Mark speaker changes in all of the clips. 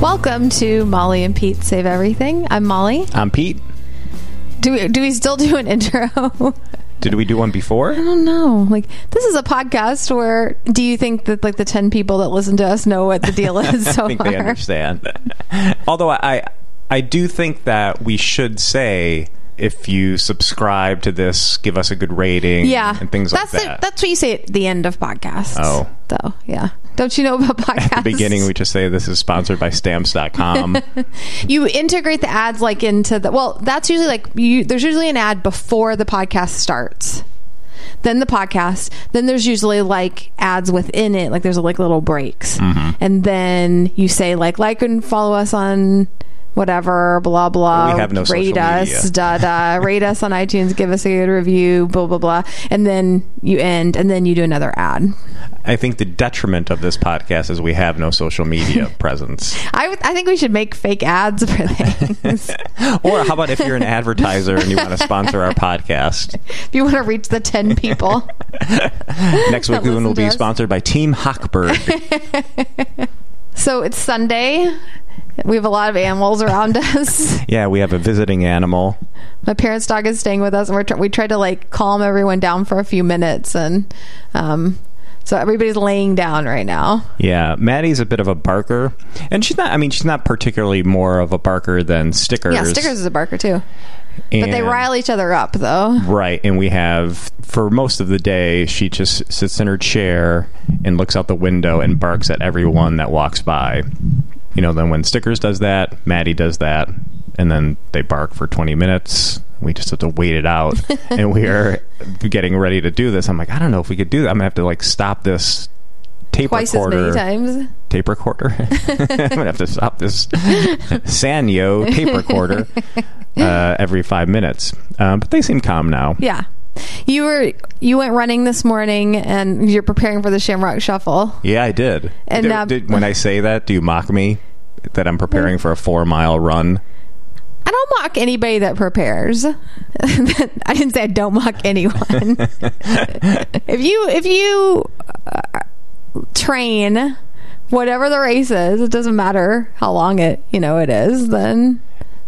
Speaker 1: Welcome to Molly and Pete Save Everything. I'm Molly.
Speaker 2: I'm Pete.
Speaker 1: Do we, do we still do an intro? I
Speaker 2: Did we do one before?
Speaker 1: don't know. Like this is a podcast where do you think that like the 10 people that listen to us know what the deal is so
Speaker 2: I think
Speaker 1: far?
Speaker 2: they understand. Although I, I, I do think that we should say if you subscribe to this, give us a good rating,
Speaker 1: Yeah.
Speaker 2: and things
Speaker 1: that's
Speaker 2: like
Speaker 1: the-
Speaker 2: that.
Speaker 1: that's what you say at the end of podcasts.
Speaker 2: Oh.
Speaker 1: Though, yeah. Don't you know about podcasts?
Speaker 2: At the beginning, we just say this is sponsored by Stamps.com.
Speaker 1: you integrate the ads like into the well that's usually like you there's usually an ad before the podcast starts then the podcast then there's usually like ads within it like there's like little breaks
Speaker 2: Mm-hmm.
Speaker 1: and then you say like like and follow us on whatever blah blah
Speaker 2: We have no social
Speaker 1: rate us
Speaker 2: media.
Speaker 1: da da rate us on itunes give us a good review blah blah blah and then you end and then you do another ad
Speaker 2: I think the detriment of this podcast is we have no social media presence.
Speaker 1: i, would- I think we should make fake ads for things
Speaker 2: Or how about if you're an advertiser and you want to sponsor our podcast?
Speaker 1: if you want to reach the 10 people
Speaker 2: Next week, we
Speaker 1: Listen
Speaker 2: will
Speaker 1: to
Speaker 2: be
Speaker 1: us.
Speaker 2: sponsored by Team Hochberg.
Speaker 1: So it's Sunday. We have a lot of animals around us.
Speaker 2: yeah, we have a visiting animal.
Speaker 1: My parents' dog is staying with us, and we're tr- we tried to like calm everyone down for a few minutes, and um, so everybody's laying down right now.
Speaker 2: Yeah, Maddie's a bit of a barker, and she's not. I mean, she's not particularly more of a barker than Stickers.
Speaker 1: Yeah, stickers is a barker too, but they
Speaker 2: and-
Speaker 1: rile each other up though.
Speaker 2: Right, and we have for most of the day, she just sits in her chair and looks out the window and barks at everyone that walks by. You know, then when Stickers does that, Maddie does that, and then they bark for twenty minutes. We just have to wait it out, and we are getting ready to do this. I'm like, I don't know if we could do that. I'm gonna have to like stop this tape
Speaker 1: Twice
Speaker 2: recorder.
Speaker 1: as many times.
Speaker 2: tape recorder. I'm gonna have to stop this Sanyo tape recorder uh, every five minutes. Um, but they seem calm now.
Speaker 1: Yeah, you were you went running this morning, and you're preparing for the Shamrock Shuffle.
Speaker 2: Yeah, I did.
Speaker 1: And,
Speaker 2: Did-
Speaker 1: um, Mm.
Speaker 2: did- when I say that, do you mock me that I'm preparing for a four mile run?
Speaker 1: I don't mock anybody that prepares. I didn't say I don't mock anyone. if you if you uh, train whatever the race is, it doesn't matter how long it you know it is. Then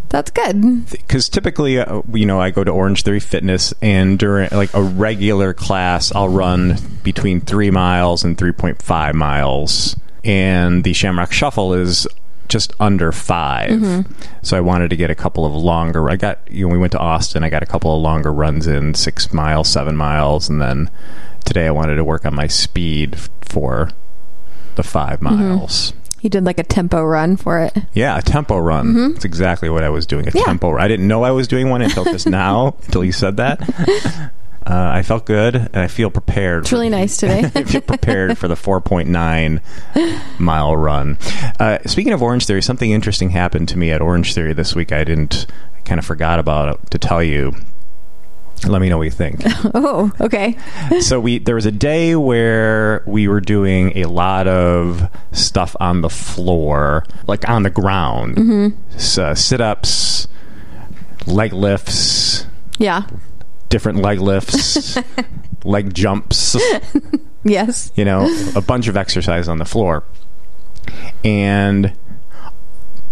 Speaker 1: that's good.
Speaker 2: Because typically, uh, you know, I go to Orange Theory Fitness, and during like a regular class, I'll run between three miles and three point five miles, and the Shamrock Shuffle is just under 5 So I wanted to get a couple of longer. I got you know we went to Austin. I got a couple of longer runs in six miles, seven miles, and then today I wanted to work on my speed f- for the five miles.
Speaker 1: You did like a tempo run for it.
Speaker 2: Yeah, a tempo run. That's exactly what I was doing. A
Speaker 1: Yeah.
Speaker 2: tempo run. I didn't know I was doing one until just now, until you said that. Uh, I felt good and I feel prepared.
Speaker 1: It's really nice today.
Speaker 2: I feel prepared for the 4.9 mile run. Uh, speaking of Orange Theory, something interesting happened to me at Orange Theory this week. I didn't, I kind of forgot about it to tell you. Let me know what you think.
Speaker 1: oh, okay.
Speaker 2: so we there was a day where we were doing a lot of stuff on the floor, like on the ground, so, sit ups, leg lifts,
Speaker 1: Yeah.
Speaker 2: different leg lifts, leg jumps
Speaker 1: Yes.
Speaker 2: you know, a bunch of exercise on the floor. And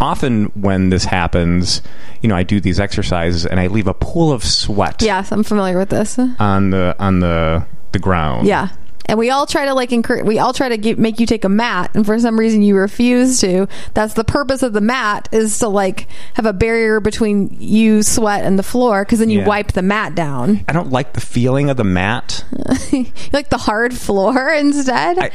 Speaker 2: often when this happens, you know, I do these exercises and I leave a pool of sweat
Speaker 1: Yes, I'm familiar with this.
Speaker 2: on the on the the ground.
Speaker 1: Yeah. And we all try to like encourage, we all try to get, make you take a mat, and for some reason you refuse to. That's the purpose of the mat is to like have a barrier between you sweat and the floor because then you
Speaker 2: Yeah.
Speaker 1: wipe the mat down.
Speaker 2: I don't like the feeling of the mat.
Speaker 1: you like the hard floor instead.
Speaker 2: I,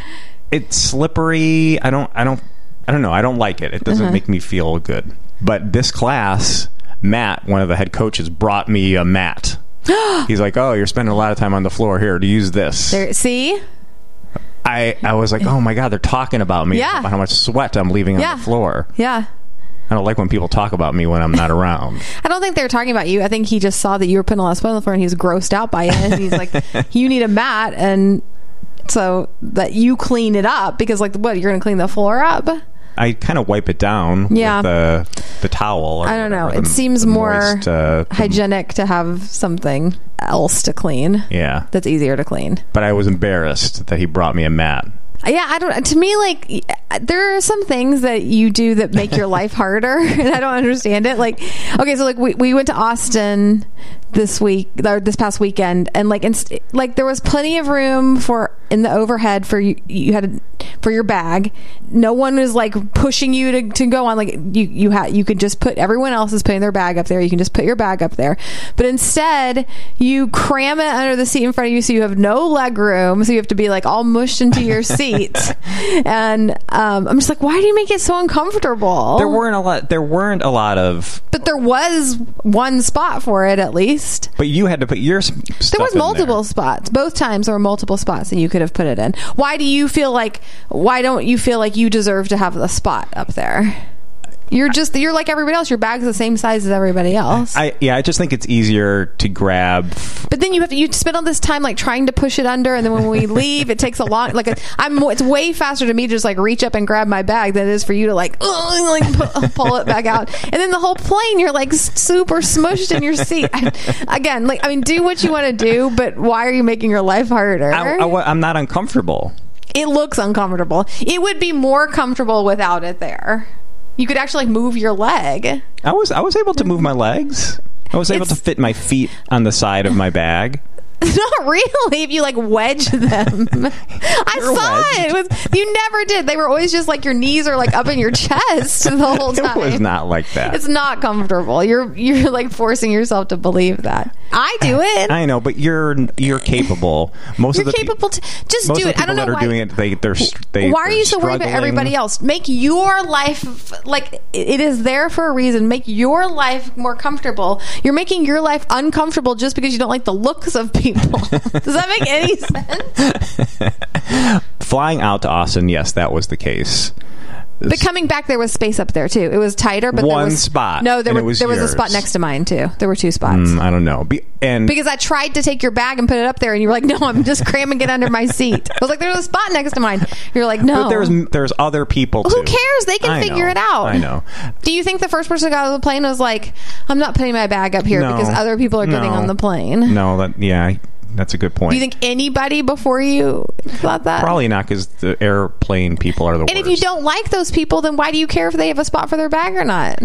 Speaker 2: it's slippery. I don't I don't I don't know. I don't like it. It doesn't
Speaker 1: Uh-huh.
Speaker 2: make me feel good. But this class, Matt, one of the head coaches brought me a mat. He's like, "Oh, you're spending a lot of time on the floor here. To use this."
Speaker 1: there, see?
Speaker 2: I, I was like, oh my god, they're talking about me.
Speaker 1: Yeah.
Speaker 2: About how much sweat I'm leaving
Speaker 1: Yeah.
Speaker 2: on the floor.
Speaker 1: Yeah.
Speaker 2: I don't like when people talk about me when I'm not around.
Speaker 1: I don't think they were talking about you. I think he just saw that you were putting a lot of sweat on the floor and he was grossed out by it. And he's like, you need a mat. And so that you clean it up because, like, what? You're going to clean the floor up?
Speaker 2: I kind of wipe it down
Speaker 1: Yeah.
Speaker 2: with the the towel. Or
Speaker 1: I don't know.
Speaker 2: whatever,
Speaker 1: It
Speaker 2: the-
Speaker 1: seems
Speaker 2: the
Speaker 1: more
Speaker 2: moist, uh,
Speaker 1: hygienic to have something else to clean
Speaker 2: yeah,
Speaker 1: that's easier to clean.
Speaker 2: but I was embarrassed that he brought me a mat.
Speaker 1: Yeah, I don't. To me, like uh, there are some things that you do that make your life harder, and I don't understand it. Like, okay, so like we, we went to Austin this week or this past weekend, and like inst- like there was plenty of room for in the overhead for you you had for your bag. No one was like pushing you to, to go on. Like you you had you could just put everyone else is putting their bag up there. You can just put your bag up there, but instead you cram it under the seat in front of you, so you have no leg room. So you have to be like all mushed into your seat, and um, I'm just like, why do you make it so uncomfortable?
Speaker 2: There weren't a lot. There weren't a lot of.
Speaker 1: but there was one spot for it at least.
Speaker 2: But you had to put your. s- Stuff
Speaker 1: there was
Speaker 2: in
Speaker 1: multiple spots both times there were multiple spots that you could have put it in why do you feel like why don't you feel like you deserve to have the spot up there you're just you're like everybody else your bag's the same size as everybody else
Speaker 2: I yeah, I just think it's easier to grab.
Speaker 1: but then you have to you spend all this time like trying to push it under and then when we leave it takes a long like i i'm it's way faster to me to just like reach up and grab my bag than it is for you to like, ugh, like pu- pull it back out and then the whole plane you're like s- super smushed in your seat I, again like i mean do what you want to do but why are you making your life harder
Speaker 2: I, am not uncomfortable.
Speaker 1: it looks uncomfortable. It would be more comfortable without it there. You could actually like move your leg.
Speaker 2: I was I was able to move my legs. I was able
Speaker 1: It's-
Speaker 2: to fit my feet on the side of my bag.
Speaker 1: Not really if you like wedge them. I
Speaker 2: They're
Speaker 1: saw it. it was, you never did. They were always just like your knees are like up in your chest the whole
Speaker 2: It
Speaker 1: time.
Speaker 2: was not like that.
Speaker 1: It's not comfortable. You're you're like forcing yourself to believe that. I do it.
Speaker 2: I know, but you're you're capable. Most
Speaker 1: you're
Speaker 2: of the pe-
Speaker 1: capable to just
Speaker 2: most
Speaker 1: do
Speaker 2: of
Speaker 1: it.
Speaker 2: the
Speaker 1: I don't
Speaker 2: people
Speaker 1: know
Speaker 2: that are
Speaker 1: why.
Speaker 2: doing it, they they're s- they.
Speaker 1: why are
Speaker 2: they're
Speaker 1: you so worried about
Speaker 2: struggling.
Speaker 1: everybody else? Make your life like it is there for a reason. Make your life more comfortable. You're making your life uncomfortable just because you don't like the looks of people. Does that make any sense?
Speaker 2: Flying out to Austin, yes, that was the case.
Speaker 1: But coming back, there was space up there too. It was tighter, but
Speaker 2: One
Speaker 1: there was,
Speaker 2: spot,
Speaker 1: No, there
Speaker 2: and
Speaker 1: were,
Speaker 2: it was
Speaker 1: there was a
Speaker 2: yours.
Speaker 1: spot next to mine too. There were two spots.
Speaker 2: Mm, I don't know. Be- and
Speaker 1: Because I tried to take your bag and put it up there, and you were like, "No, I'm just cramming it under my seat." I was like, "There's a spot next to mine." You're like, "No."
Speaker 2: but there's there's other people.
Speaker 1: Oh. Who
Speaker 2: too.
Speaker 1: cares? They can
Speaker 2: I
Speaker 1: figure
Speaker 2: know.
Speaker 1: it out.
Speaker 2: I know.
Speaker 1: Do you think the first person who got on the plane was like, I'm not putting my bag up here
Speaker 2: No.
Speaker 1: because other people are getting
Speaker 2: No.
Speaker 1: on the plane?
Speaker 2: No, that yeah, that's a good point.
Speaker 1: Do you think anybody before you thought that?
Speaker 2: Probably not because the airplane people are the
Speaker 1: And
Speaker 2: worst.
Speaker 1: if you don't like those people, then why do you care if they have a spot for their bag or not?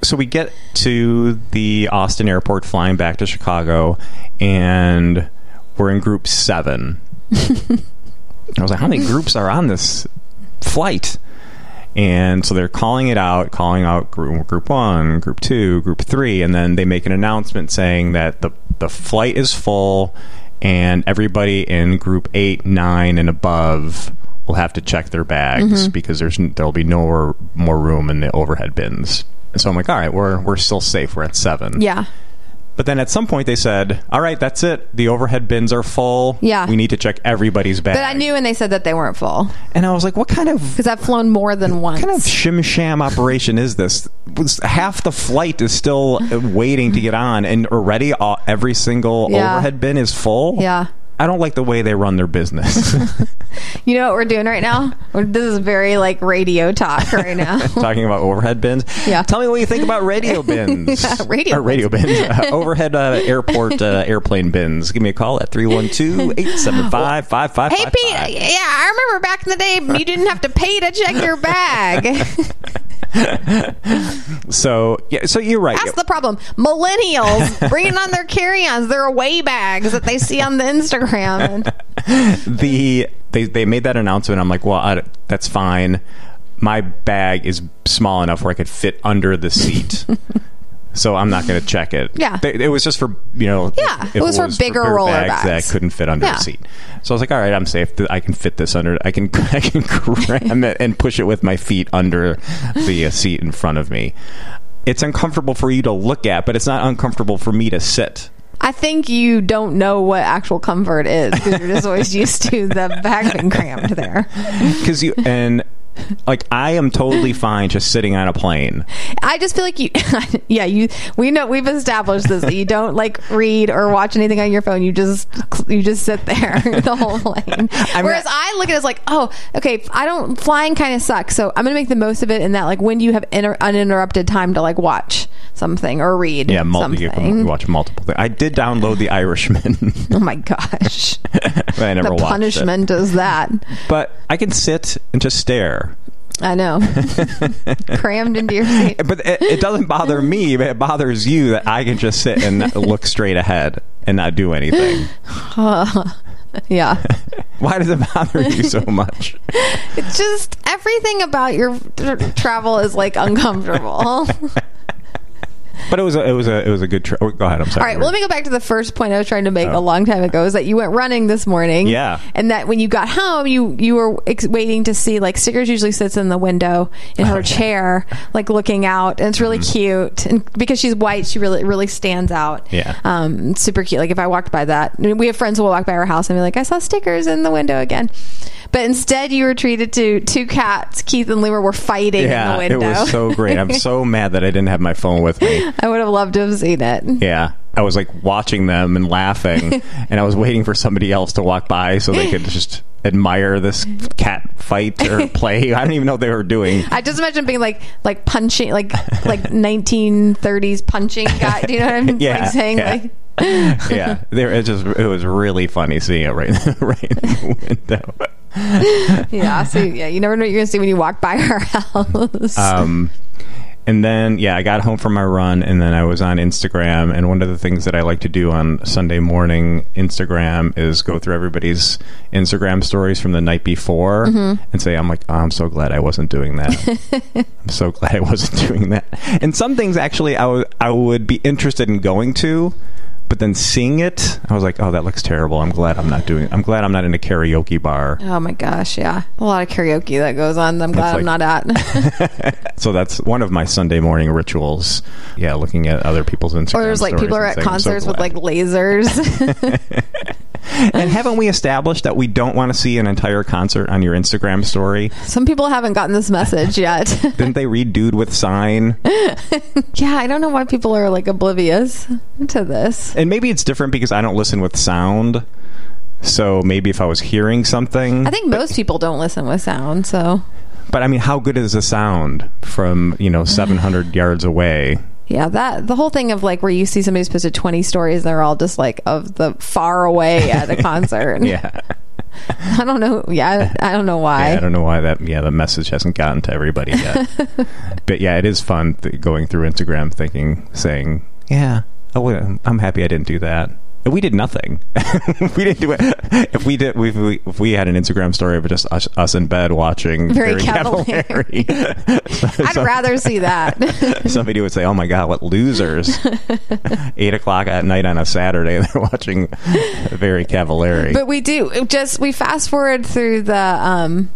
Speaker 2: so we get to the Austin airport flying back to Chicago, and we're in group seven. I was like, how many groups are on this flight? And so they're calling it out, calling out group, group one, group two, group three, and then they make an announcement saying that the, the flight is full and everybody in group eight, nine, and above will have to check their bags
Speaker 1: Mm-hmm.
Speaker 2: because there's n- there'll be no more room in the overhead bins. And so I'm like, all right, we're, we're still safe. We're at seven.
Speaker 1: Yeah.
Speaker 2: But then at some point they said, all right, that's it. The overhead bins are full.
Speaker 1: Yeah.
Speaker 2: We need to check everybody's bag.
Speaker 1: But I knew when they said that they weren't full
Speaker 2: And I was like, what kind of
Speaker 1: because I've flown more than once.
Speaker 2: kind of shim sham operation is this? Was- Half the flight is still waiting to get on, and already all, every single
Speaker 1: Yeah.
Speaker 2: overhead bin is full.
Speaker 1: Yeah.
Speaker 2: I don't like the way they run their business.
Speaker 1: you know what we're doing right now? We're- This is very like radio talk right now.
Speaker 2: Talking about overhead bins.
Speaker 1: Yeah.
Speaker 2: Tell me what you think about radio bins.
Speaker 1: Yeah, radio
Speaker 2: Or radio bins. Uh, overhead uh, airport uh, airplane bins. Give me a call at 312 875
Speaker 1: Hey Pete, yeah, I remember back in the day you didn't have to pay to check your bag.
Speaker 2: So, yeah, so you're right.
Speaker 1: That's the problem. Millennials bringing on their carry-ons, their away bags that they see on the Instagram.
Speaker 2: the they they made that announcement. I'm like, well, I, that's fine. My bag is small enough where I could fit under the seat. So I'm not going to check it.
Speaker 1: Yeah.
Speaker 2: They- it was just for you know.
Speaker 1: Yeah, it was for bigger roller bags.
Speaker 2: that couldn't fit under
Speaker 1: Yeah.
Speaker 2: the seat. So I was like, all right, I'm safe. Th- I can fit this under. I can I can cram it and push it with my feet under the uh, seat in front of me. It's uncomfortable for you to look at, but it's not uncomfortable for me to sit.
Speaker 1: I think you don't know what actual comfort is because you're just always used to the bag being crammed there.
Speaker 2: because you and Like I am totally fine just sitting on a plane.
Speaker 1: I just feel like you, yeah, you. We know we've established this. That you don't like read or watch anything on your phone. You just you just sit there the whole plane.
Speaker 2: I'm
Speaker 1: Whereas
Speaker 2: not-
Speaker 1: I look at it as like, oh, okay, I don't flying kind of sucks, so I'm gonna make the most of it. In that, like, when do you have inter- uninterrupted time to like watch something or read?
Speaker 2: Yeah, multi- you
Speaker 1: something.
Speaker 2: can watch multiple things. I did download The Irishman,
Speaker 1: Oh my gosh,
Speaker 2: but I never
Speaker 1: the
Speaker 2: watched it.
Speaker 1: punishment is that.
Speaker 2: But I can sit and just stare.
Speaker 1: I know, crammed into your seat.
Speaker 2: But it, it doesn't bother me. But it bothers you that I can just sit and look straight ahead and not do anything.
Speaker 1: Yeah.
Speaker 2: Why does it bother you so much?
Speaker 1: It's just everything about your tr- travel is like uncomfortable. All
Speaker 2: But it was a, it was a it was a good. Tri- oh, go ahead. I'm sorry.
Speaker 1: right, well, let me go back to the first point I was trying to make a long time ago is that you went running this morning.
Speaker 2: Oh. Yeah.
Speaker 1: And that when you got home, you you were ex- waiting to see like Stickers usually sits in the window in her chair like looking out and it's really
Speaker 2: Mm-hmm.
Speaker 1: cute and because she's white, she really really stands out.
Speaker 2: Yeah.
Speaker 1: Um it's super cute. Like if I walked by that, I mean, we have friends who will walk by our house and be like, "I saw Stickers in the window again." But instead, you were treated to two cats. Keith and Lemur were fighting in the
Speaker 2: yeah, it
Speaker 1: window.
Speaker 2: was so great. I'm so mad that I didn't have my phone with me.
Speaker 1: I would have loved to have seen it.
Speaker 2: Yeah. I was like watching them and laughing, and I was waiting for somebody else to walk by so they could just admire this cat fight or play. I don't even know what they were doing.
Speaker 1: I just imagine being like like punching like like 1930s punching guy. Do you know what I'm
Speaker 2: Yeah,
Speaker 1: like saying?
Speaker 2: yeah.
Speaker 1: Like
Speaker 2: Yeah, they were, it just it was really funny seeing it right right in the window.
Speaker 1: yeah, so yeah, you never know what you're gonna see when you walk by her house.
Speaker 2: Um, and then yeah, I got home from my run, and then I was on Instagram. And one of the things that I like to do on Sunday morning Instagram is go through everybody's Instagram stories from the night before and say, "I'm like, oh, I'm so glad I wasn't doing that. I'm so glad I wasn't doing that." And some things actually I would- I would be interested in going to. But then seeing it, I was like, "Oh, that looks terrible. I'm glad I'm not doing. I'm glad I'm not in a karaoke bar."
Speaker 1: oh my gosh, yeah, a lot of karaoke that goes on. that I'm glad
Speaker 2: It's
Speaker 1: I'm
Speaker 2: like-
Speaker 1: not at.
Speaker 2: So that's one of my Sunday morning rituals. Yeah, looking at other people's Instagram.
Speaker 1: Or there's like
Speaker 2: stories
Speaker 1: people are
Speaker 2: and
Speaker 1: at
Speaker 2: saying, "I'm so
Speaker 1: concerts with
Speaker 2: glad."
Speaker 1: like lasers.
Speaker 2: And haven't we established that we don't want to see an entire concert on your Instagram story?
Speaker 1: Some people haven't gotten this message yet.
Speaker 2: Didn't they read "Dude with Sign"?
Speaker 1: yeah, I don't know why people are like oblivious to this.
Speaker 2: And maybe it's different because I don't listen with sound. So maybe if I was hearing something,
Speaker 1: I think most people don't listen with sound, so
Speaker 2: but I mean, how good is the sound from you know 700 yards away?
Speaker 1: Yeah, that the whole thing of like where you see somebody who's posted twenty stories, they're all just like of the far away at a concert.
Speaker 2: Yeah,
Speaker 1: I don't know. Yeah, I, I don't know why.
Speaker 2: Yeah, I don't know why that. Yeah, the message hasn't gotten to everybody yet. but yeah, it is fun th- going through Instagram, thinking, saying, "Yeah, I would, I'm happy I didn't do that." And we did nothing. we didn't do it. If we did, if we, if we had an Instagram story of just us, us in bed watching
Speaker 1: Very
Speaker 2: very Cavallari,
Speaker 1: I'd rather see that.
Speaker 2: somebody would say, "Oh my god, what losers!" Eight o'clock at night on a Saturday, they're watching very Cavallari.
Speaker 1: but we do. It just we fast forward through the um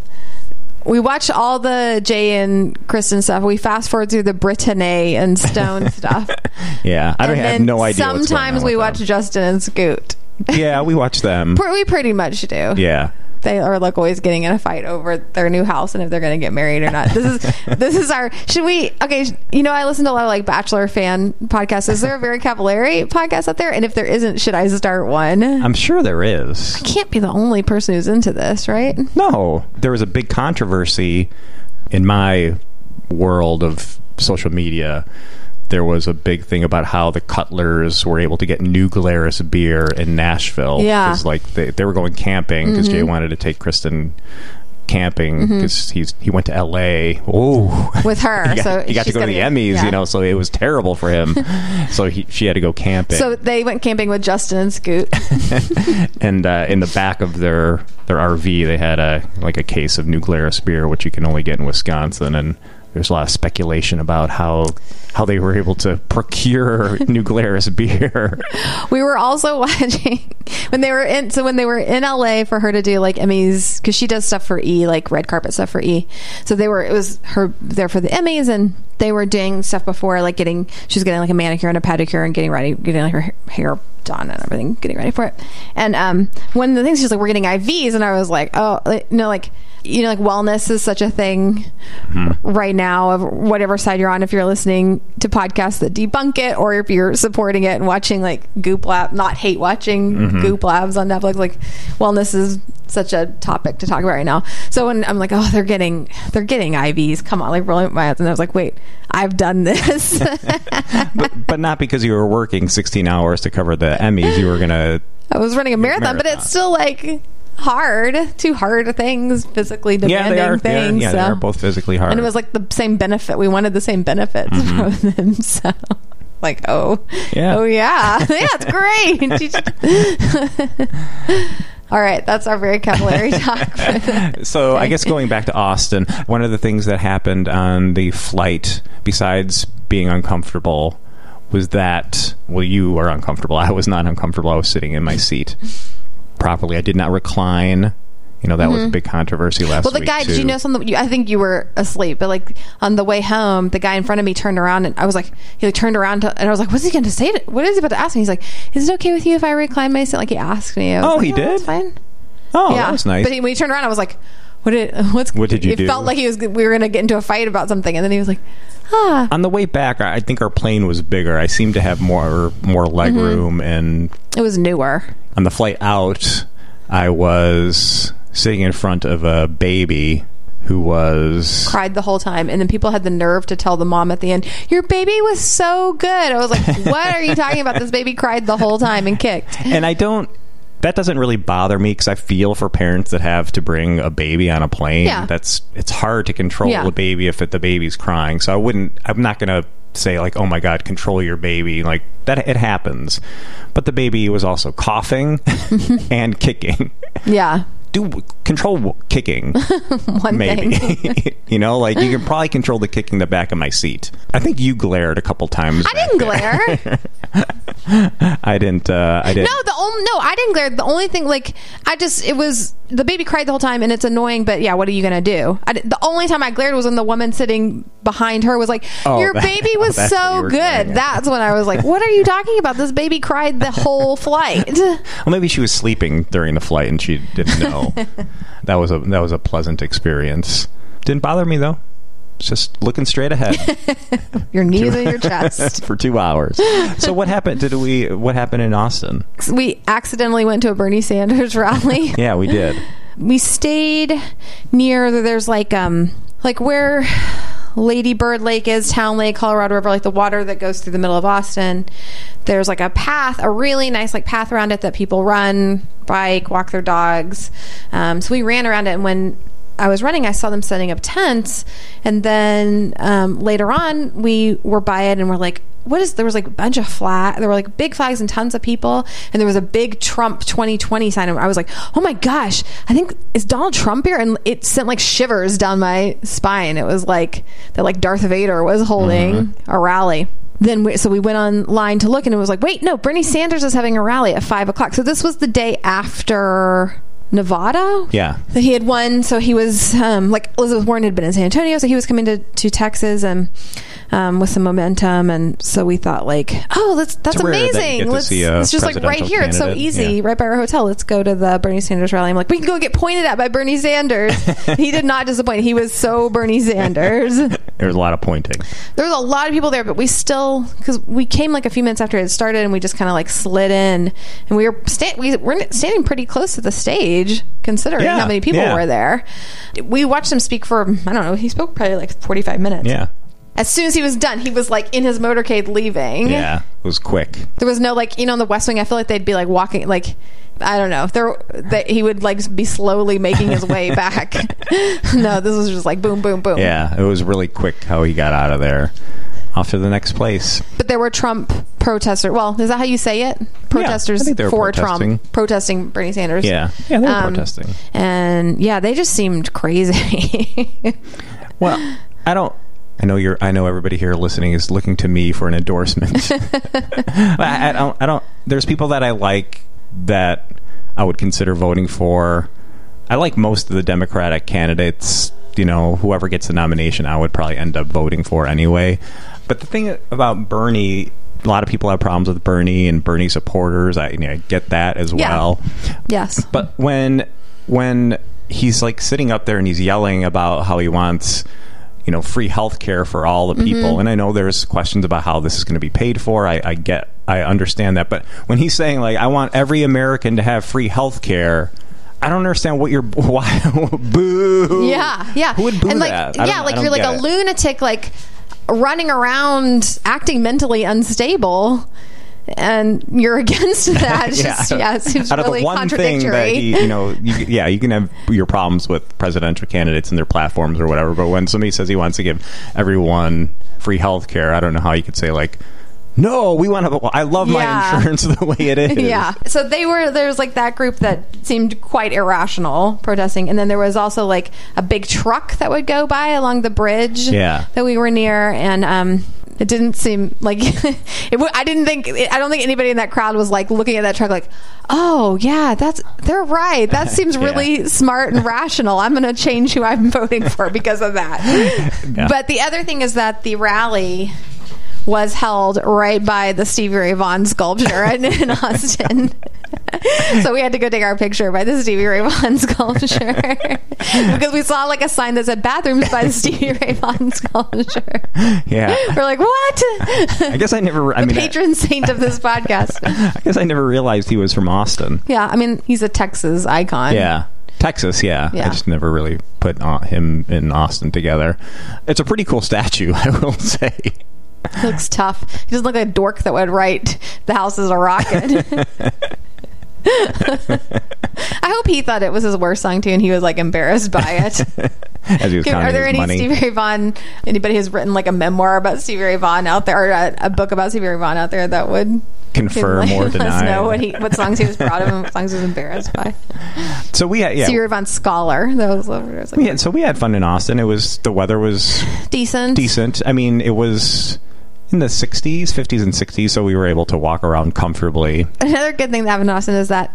Speaker 1: we watch all the Jay and Kristen stuff. We fast forward through the Brittany and Stone stuff.
Speaker 2: yeah, I don't
Speaker 1: and
Speaker 2: have
Speaker 1: then
Speaker 2: no idea. what's going
Speaker 1: Sometimes
Speaker 2: on
Speaker 1: we
Speaker 2: with
Speaker 1: watch Justin and Scoot.
Speaker 2: them. Yeah, we watch them.
Speaker 1: We pretty much do.
Speaker 2: Yeah.
Speaker 1: they are like always getting in a fight over their new house and if they're going to get married or not. This is this is our should we okay? sh- You know, I listen to a lot of like Bachelor fan podcasts. Is there a Vera Cavallari podcast out there? And if there isn't, should I start one? I
Speaker 2: I'm sure there is.
Speaker 1: can't be the only person who's into this, right?
Speaker 2: No, there was a big controversy in my world of social media. There was a big thing about how the Cutlers were able to get New Glarus beer in Nashville.
Speaker 1: Yeah. Mm-hmm.
Speaker 2: 'Cause, like they, they were going camping because Jay wanted to take Kristen camping because he's he went to L.A. Oh,
Speaker 1: With her,
Speaker 2: he got,
Speaker 1: so
Speaker 2: he got to
Speaker 1: she's
Speaker 2: go to the
Speaker 1: gonna get-
Speaker 2: Emmys,
Speaker 1: yeah.
Speaker 2: you know. So it was terrible for him. so he, she had to go camping.
Speaker 1: So they went camping with Justin and Scoot.
Speaker 2: and uh, in the back of their their RV, they had a like a case of Nuclearis beer, which you can only get in Wisconsin, and there's a lot of speculation about how how they were able to procure Nuclearis beer.
Speaker 1: We were also watching when they were in. So when they were in LA for her to do like Emmys, because she does stuff for E, like red carpet stuff for E. So they were. It was her there for the Emmys, and they were doing stuff before, like getting. She was getting like a manicure and a pedicure, and getting ready, getting like her hair Dawn and everything, getting ready for it. And um, one of the things she's like, we're getting IVs, and I was like, oh, like, no, like you know, like wellness is such a thing right now of whatever side you're on. If you're listening to podcasts that debunk it, or if you're supporting it and watching like Goop Lab, not hate watching Goop Labs on Netflix, like wellness is such a topic to talk about right now. So when I'm like, oh, they're getting they're getting IVs, come on, like rolling my eyes, and I was like, wait, I've done this.
Speaker 2: but not because you were working 16 hours to cover the Emmys. You were gonna.
Speaker 1: I was running a marathon, but
Speaker 2: marathon.
Speaker 1: it's still like hard, two hard things, physically
Speaker 2: Yeah,
Speaker 1: demanding
Speaker 2: they are. they are-
Speaker 1: things.
Speaker 2: yeah, they
Speaker 1: so.
Speaker 2: are both physically hard. Mm-hmm.
Speaker 1: and it was like the same benefit. We wanted the same benefits from them. So, like, oh,
Speaker 2: Yeah.
Speaker 1: oh yeah, yeah, it's great. All right, that's our very capillary talk.
Speaker 2: so I guess going back to Austin, one of the things that happened on the flight, besides being uncomfortable, was that well, you were uncomfortable. I was not uncomfortable. I was sitting in my seat properly. I did not recline. You know that was a big controversy
Speaker 1: Mm-hmm.
Speaker 2: last
Speaker 1: Well, the
Speaker 2: week,
Speaker 1: guy, did
Speaker 2: too.
Speaker 1: you notice on the? you- I think you were asleep, but like on the way home, the guy in front of me turned around and I was like, he like turned around to, and I was like, what's he going to say? To, what is he about to ask me? He's like, is it okay with you if I recline my seat? Like he asked me. I was
Speaker 2: Oh,
Speaker 1: like,
Speaker 2: he did?
Speaker 1: It's fine.
Speaker 2: Oh, that was nice.
Speaker 1: But he, when he turned around, I was like, what did what's
Speaker 2: What did you
Speaker 1: It
Speaker 2: do?
Speaker 1: felt like he was we were going to get into a fight about something, and then he was like, ah,
Speaker 2: on the way back, I I think our plane was bigger. I seemed to have more more leg
Speaker 1: Mm-hmm.
Speaker 2: room, and
Speaker 1: it was newer.
Speaker 2: on the flight out, I was sitting in front of a baby who was
Speaker 1: cried the whole time. And then people had the nerve to tell the mom at the end, Your baby was so good. I was like, What are you talking about? This baby cried the whole time and kicked.
Speaker 2: and I don't. That doesn't really bother me because I feel for parents that have to bring a baby on a plane.
Speaker 1: Yeah.
Speaker 2: That's it's hard to control
Speaker 1: Yeah.
Speaker 2: a baby if it, the baby's crying. So I wouldn't. I'm not gonna say like, oh my god, control your baby. Like that, it happens. But the baby was also coughing and kicking.
Speaker 1: Yeah.
Speaker 2: Do control w- kicking,
Speaker 1: One
Speaker 2: maybe.
Speaker 1: thing.
Speaker 2: you know, like you can probably control the kicking the back of my seat. I think you glared a couple times.
Speaker 1: I didn't glare.
Speaker 2: I didn't. Uh, I didn't.
Speaker 1: No, the only no, I didn't glare. The only thing, like, I just it was the baby cried the whole time, and it's annoying. But yeah, what are you gonna do? I, di- the only time I glared was when the woman sitting behind her was like,
Speaker 2: Oh,
Speaker 1: "Your
Speaker 2: that-
Speaker 1: baby
Speaker 2: oh,
Speaker 1: was
Speaker 2: that's what you
Speaker 1: so
Speaker 2: were
Speaker 1: good."
Speaker 2: glaring at.
Speaker 1: That's when I was like, "What are you talking about? This baby cried the whole flight."
Speaker 2: Well, maybe she was sleeping during the flight and she didn't know. that was a that was a pleasant experience. Didn't bother me though. It's Just looking straight ahead
Speaker 1: Your knees and your chest.
Speaker 2: for two hours. So what happened? Did we? What happened in Austin?
Speaker 1: We accidentally went to a Bernie Sanders rally.
Speaker 2: Yeah, we did.
Speaker 1: we stayed near there's like um like where Lady Bird Lake is, Town Lake, Colorado River, like the water that goes through the middle of Austin. There's like a path, a really nice like path around it that people run, bike, walk their dogs. Um, so we ran around it, and when I was running, I saw them setting up tents, and then um, later on we were by it and we're like, what is there was like a bunch of flag there were like big flags and tons of people and there was a big trump 2020 sign and i was like oh my gosh i think is donald trump here and it sent like shivers down my spine it was like that like darth vader was holding a rally then we, so we went online to look and it was like wait no bernie sanders is having a rally at five o'clock so this was the day after nevada
Speaker 2: Yeah.
Speaker 1: so he had won. So he was um, like Elizabeth Warren had been in San Antonio, so he was coming to, to Texas and um, with some momentum. And so we thought like, oh, that's that's
Speaker 2: rare that you
Speaker 1: amazing.
Speaker 2: get to
Speaker 1: Let's,
Speaker 2: see a
Speaker 1: it's just like right
Speaker 2: presidential
Speaker 1: here. It's so
Speaker 2: candidate.
Speaker 1: easy,
Speaker 2: Yeah.
Speaker 1: right by our hotel. Let's go to the Bernie Sanders rally. I'm like, we can go get pointed at by Bernie Sanders. he did not disappoint. He was so Bernie Sanders.
Speaker 2: There was a lot of pointing.
Speaker 1: there was a lot of people there, but we still because we came like a few minutes after it started, and we just kind of like slid in, and we were sta- we were standing pretty close to the stage considering
Speaker 2: Yeah,
Speaker 1: how many people
Speaker 2: yeah.
Speaker 1: were there. We watched him speak for I don't know. He spoke probably like forty five minutes.
Speaker 2: Yeah.
Speaker 1: As soon as he was done, he was like in his motorcade leaving.
Speaker 2: Yeah. It was quick.
Speaker 1: There was no like you know in the West Wing. I feel like they'd be like walking like. I don't know. There, that he would like be slowly making his way back. no, this was just like boom, boom, boom.
Speaker 2: Yeah. It was really quick how he got out of there. Off to the next place.
Speaker 1: But there were Trump protesters. Well, is that how you say it?
Speaker 2: I
Speaker 1: Protesters
Speaker 2: think they were
Speaker 1: for
Speaker 2: protesting.
Speaker 1: Trump, protesting Bernie Sanders.
Speaker 2: Yeah. Yeah. They were
Speaker 1: Um,
Speaker 2: protesting.
Speaker 1: And yeah, they just seemed crazy.
Speaker 2: Well, I don't. I know you're. I know everybody here listening is looking to me for an endorsement. I, I don't. I don't. There's people that I like that I would consider voting for. I like most of the Democratic candidates. You know, whoever gets the nomination, I would probably end up voting for anyway. But the thing about Bernie a lot of people have problems with Bernie and Bernie supporters. I, you know, I get that as
Speaker 1: Yeah.
Speaker 2: well.
Speaker 1: Yes.
Speaker 2: But when when he's like sitting up there and he's yelling about how he wants you know free health care for all the people
Speaker 1: Mm-hmm.
Speaker 2: and i know there's questions about how this is going to be paid for I, I get i understand that but when he's saying like i want every american to have free health care i don't understand what you're why boo
Speaker 1: Yeah, yeah.
Speaker 2: who would boo
Speaker 1: and like,
Speaker 2: that I don't-
Speaker 1: Yeah,
Speaker 2: I
Speaker 1: like
Speaker 2: don't
Speaker 1: you're like
Speaker 2: get
Speaker 1: a
Speaker 2: it.
Speaker 1: lunatic, like running around, acting mentally unstable, and you're against that. It's just, yeah. it seems
Speaker 2: out of
Speaker 1: really
Speaker 2: the one
Speaker 1: contradictory.
Speaker 2: thing that he, you know, you, yeah, you can have your problems with presidential candidates and their platforms or whatever. But when somebody says he wants to give everyone free health care, I don't know how you could say like, no, we want to. Well, I love
Speaker 1: Yeah.
Speaker 2: my insurance the way it is.
Speaker 1: yeah. So they were there's like that group that seemed quite irrational protesting, and then there was also like a big truck that would go by along the bridge.
Speaker 2: Yeah.
Speaker 1: that we were near, and um, it didn't seem like it. wa- I didn't think I don't think anybody in that crowd was like looking at that truck like, oh yeah, that's they're right. That seems
Speaker 2: Yeah.
Speaker 1: really smart and rational. I'm going to change who I'm voting for because of that.
Speaker 2: Yeah.
Speaker 1: But the other thing is that the rally was held right by the Stevie Ray Vaughan sculpture in, in Austin. so we had to go take our picture by the Stevie Ray Vaughan sculpture because we saw like a sign that said bathrooms by the Stevie Ray Vaughan sculpture.
Speaker 2: yeah.
Speaker 1: We're like, what?
Speaker 2: I guess I never. I mean, I-
Speaker 1: Patron saint of this podcast.
Speaker 2: I guess I never realized he was from Austin.
Speaker 1: Yeah, I mean, he's a Texas icon.
Speaker 2: Yeah. Texas, yeah.
Speaker 1: Yeah.
Speaker 2: I just never really put uh, him and Austin together. It's a pretty cool statue, I will say.
Speaker 1: He looks tough. He doesn't look like a dork that would write "The House is a Rocket." I hope he thought it was his worst song too, and he was like embarrassed by it.
Speaker 2: As he was counting
Speaker 1: Are there
Speaker 2: his
Speaker 1: any
Speaker 2: money.
Speaker 1: Stevie Ray Vaughan? Anybody who's written like a memoir about Stevie Ray Vaughan out there, or a, a book about Stevie Ray Vaughan out there that would
Speaker 2: Confirm
Speaker 1: let
Speaker 2: or
Speaker 1: us
Speaker 2: deny.
Speaker 1: know what he, what songs he was proud of and what songs he was embarrassed by?
Speaker 2: So we had, yeah,
Speaker 1: Stevie Ray Vaughan scholar. That was, that was like
Speaker 2: we had, so we had fun in Austin. It was the weather was
Speaker 1: decent.
Speaker 2: decent. I mean, it was in the 60s, 50s, and 60s, so we were able to walk around comfortably.
Speaker 1: another good thing that happened in Austin is that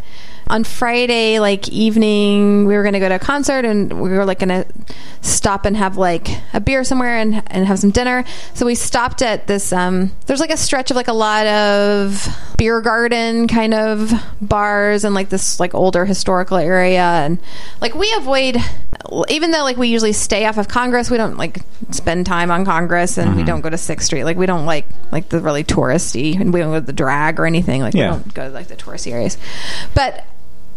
Speaker 1: on Friday, like evening, we were going to go to a concert and we were like going to stop and have like a beer somewhere and, and have some dinner. So we stopped at this, um, there's like a stretch of like a lot of beer garden kind of bars and like this like older historical area. And like we avoid, even though like we usually stay off of Congress, we don't like spend time on Congress and we don't go to Sixth Street. Like we don't like like the really touristy and we don't go to the drag or anything. Like
Speaker 2: Yeah.
Speaker 1: we don't go to like the touristy areas. But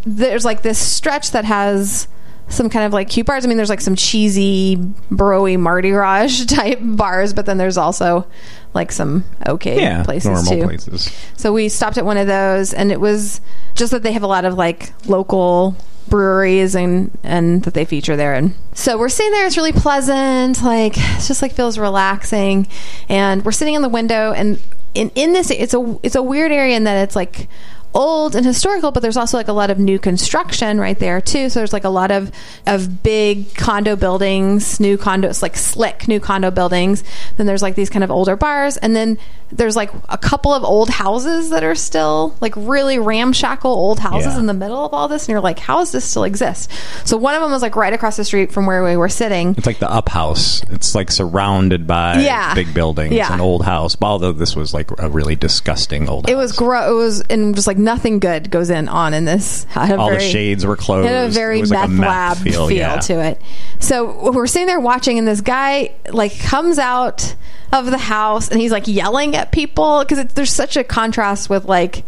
Speaker 1: there's like this stretch that has some kind of like cute bars. I mean, there's like some cheesy, broy Mardi Gras type bars, but then there's also like some okay
Speaker 2: Yeah,
Speaker 1: places
Speaker 2: normal
Speaker 1: too.
Speaker 2: places.
Speaker 1: So we stopped at one of those, and it was just that they have a lot of like local breweries and and that they feature there. And so we're sitting there; it's really pleasant. Like it's just like feels relaxing, and we're sitting in the window, and in in this it's a it's a weird area in that it's like old and historical but there's also like a lot of new construction right there too so there's like a lot of of big condo buildings new condos like slick new condo buildings then there's like these kind of older bars and then there's like a couple of old houses that are still like really ramshackle old houses
Speaker 2: Yeah.
Speaker 1: in the middle of all this and you're like how does this still exist so one of them was like right across the street from where we were sitting
Speaker 2: It's like the up house. It's like surrounded by
Speaker 1: Yeah.
Speaker 2: big buildings,
Speaker 1: Yeah.
Speaker 2: an old house. Although this was like a really disgusting old
Speaker 1: it
Speaker 2: house.
Speaker 1: was gross it was and just like nothing good goes in on in this I had a
Speaker 2: All the
Speaker 1: very-
Speaker 2: shades were closed.
Speaker 1: It had a very
Speaker 2: it was
Speaker 1: meth,
Speaker 2: like a meth
Speaker 1: lab feel,
Speaker 2: feel, yeah.
Speaker 1: to it. So we're sitting there watching, and this guy like comes out of the house, and he's like yelling at people because there's such a contrast with like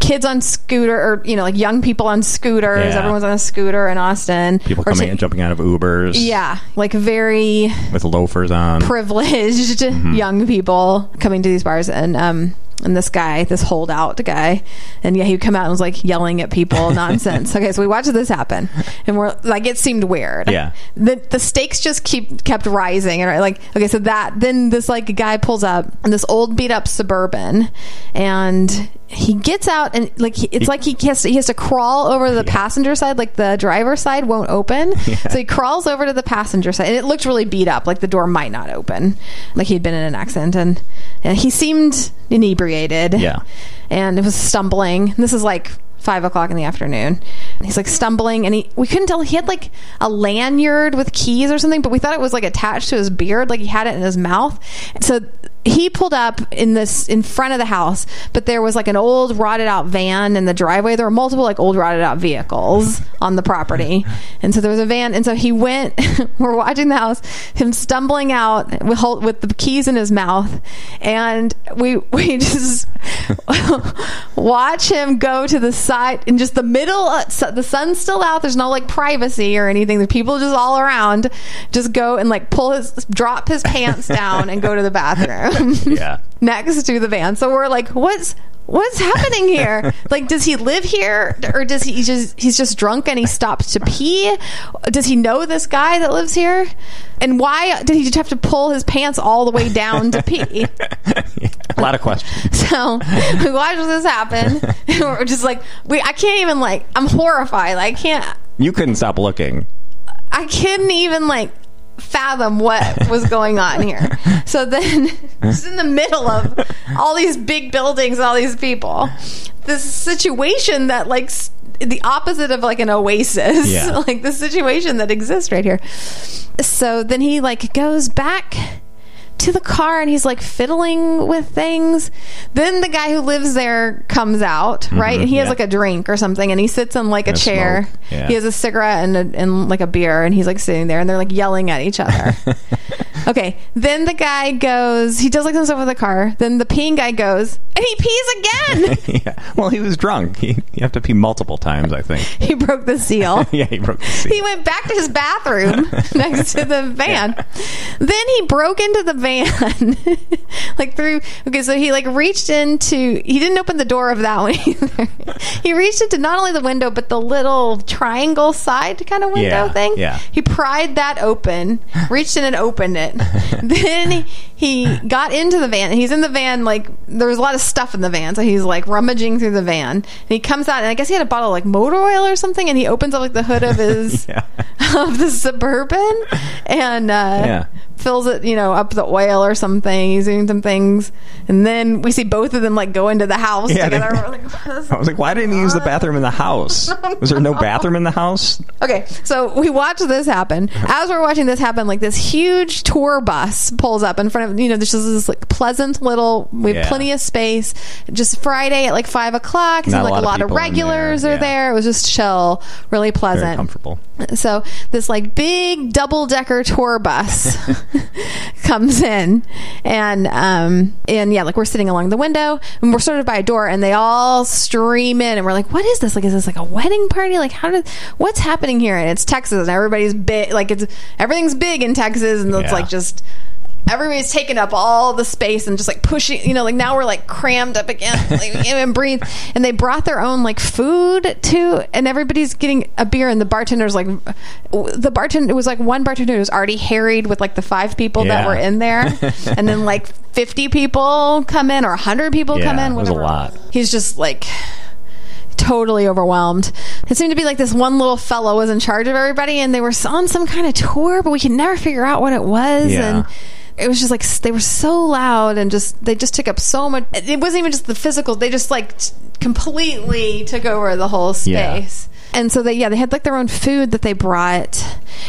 Speaker 1: kids on scooter or you know like young people on scooters.
Speaker 2: Yeah.
Speaker 1: Everyone's on a scooter in Austin.
Speaker 2: People
Speaker 1: Or
Speaker 2: coming
Speaker 1: ta-
Speaker 2: and jumping out of Ubers.
Speaker 1: Yeah, like very
Speaker 2: With loafers on.
Speaker 1: privileged young people coming to these bars and um and this guy this holdout guy and yeah he would come out and was like yelling at people nonsense okay so we watched this happen and we're like it seemed weird
Speaker 2: Yeah.
Speaker 1: the, the stakes just keep kept rising and like okay so that then this like guy pulls up and this old beat up suburban and he gets out and like he, it's like he has to, he has to crawl over the passenger side like the driver's side won't open so he crawls over to the passenger side and it looked really beat up like the door might not open like he'd been in an accident and, and he seemed inebriated
Speaker 2: Yeah.
Speaker 1: and it was stumbling. This is like five o'clock in the afternoon. And he's like stumbling, and he we couldn't tell he had like a lanyard with keys or something, but we thought it was like attached to his beard, like he had it in his mouth. So he pulled up in this in front of the house, but there was like an old rotted out van in the driveway. There were multiple like old rotted out vehicles on the property, and so there was a van. And so he went. we're watching the house, him stumbling out with, hol- with the keys in his mouth, and we we just watch him go to the side in just the middle. uh, su- The sun's still out. There's no like privacy or anything. The people just all around just go and like pull his drop his pants down and go to the bathroom
Speaker 2: Yeah.
Speaker 1: next to the van. So we're like, what's what's happening here? like, does he live here, or does he just he's just drunk and he stopped to pee? Does he know this guy that lives here? And why did he just have to pull his pants all the way down to pee?
Speaker 2: A lot of questions.
Speaker 1: So we watched this happen. And we're just like, we I can't even like I'm horrified. Like, I can't
Speaker 2: You couldn't stop looking.
Speaker 1: I couldn't even like fathom what was going on here. So then, just in the middle of all these big buildings, all these people, this situation that like s- the opposite of like an oasis,
Speaker 2: Yeah.
Speaker 1: like the situation that exists right here. So then he like goes back to the car and he's like fiddling with things. Then the guy who lives there comes out, right? And he has
Speaker 2: Mm-hmm. yeah.
Speaker 1: like a drink or something and he sits in like a
Speaker 2: And a
Speaker 1: chair.
Speaker 2: smoke, yeah.
Speaker 1: He has a cigarette and, a, and like a beer and he's like sitting there and they're like yelling at each other. okay. Then the guy goes, he does like some stuff with the car. Then the peeing guy goes and he pees again.
Speaker 2: yeah. Well, he was drunk. He, you have to pee multiple times, I think.
Speaker 1: he broke the seal.
Speaker 2: Yeah, he broke the seal.
Speaker 1: He went back to his bathroom next to the van. Then he broke into the van, like through. Okay, so he like reached into. He didn't open the door of that one either. he reached into not only the window but the little triangle side kind of window
Speaker 2: Yeah,
Speaker 1: thing.
Speaker 2: yeah.
Speaker 1: He pried that open, reached in and opened it. then he got into the van. He's in the van, like, there was a lot of stuff in the van. So he's like rummaging through the van. And he comes out, and I guess he had a bottle of like motor oil or something. And he opens up like the hood of his,
Speaker 2: Yeah.
Speaker 1: of the Suburban and uh,
Speaker 2: Yeah.
Speaker 1: fills it, you know, up the oil or something. He's doing some things. And then we see both of them like go into the house
Speaker 2: Yeah, they- Oh,
Speaker 1: together. We're like, "What is
Speaker 2: I was like, why didn't he use the bathroom in the house? Was there no bathroom in the house?
Speaker 1: Okay, so we watch this happen. As we're watching this happen, like this huge tour bus pulls up in front of you know, this is this like pleasant little we have
Speaker 2: Yeah.
Speaker 1: plenty of space. Just Friday at like five o'clock. Seemed
Speaker 2: Not a
Speaker 1: like a
Speaker 2: lot of
Speaker 1: lot of,
Speaker 2: people in
Speaker 1: regulars
Speaker 2: there,
Speaker 1: are
Speaker 2: yeah.
Speaker 1: there. It was just chill, really
Speaker 2: Very
Speaker 1: pleasant.
Speaker 2: comfortable.
Speaker 1: So this like big double decker tour bus comes in and um and yeah, like we're sitting along the window and we're sorted by a door and they all stream in and we're like, What is this? Like is this like a wedding party? Like how did what's happening here? And it's Texas and everybody's big like it's everything's big in Texas and it's
Speaker 2: Yeah.
Speaker 1: like just everybody's taking up all the space and just like pushing you know like now we're like crammed up again like we can't even breathe and they brought their own like food too and everybody's getting a beer and the bartender's like the bartender it was like one bartender who was already harried with like the five people that
Speaker 2: Yeah.
Speaker 1: were in there and then like 50 people come in or 100 people come
Speaker 2: Yeah,
Speaker 1: in
Speaker 2: it was a
Speaker 1: whatever
Speaker 2: lot.
Speaker 1: he's just like totally overwhelmed. It seemed to be like this one little fellow was in charge of everybody, and they were on some kind of tour, but we could never figure out what it was.
Speaker 2: Yeah.
Speaker 1: And it was just like s- they were so loud and just they just took up so much. It it wasn't even just the physical; they just like t- completely took over the whole
Speaker 2: Yeah.
Speaker 1: space. And so they, yeah, they had like their own food that they brought.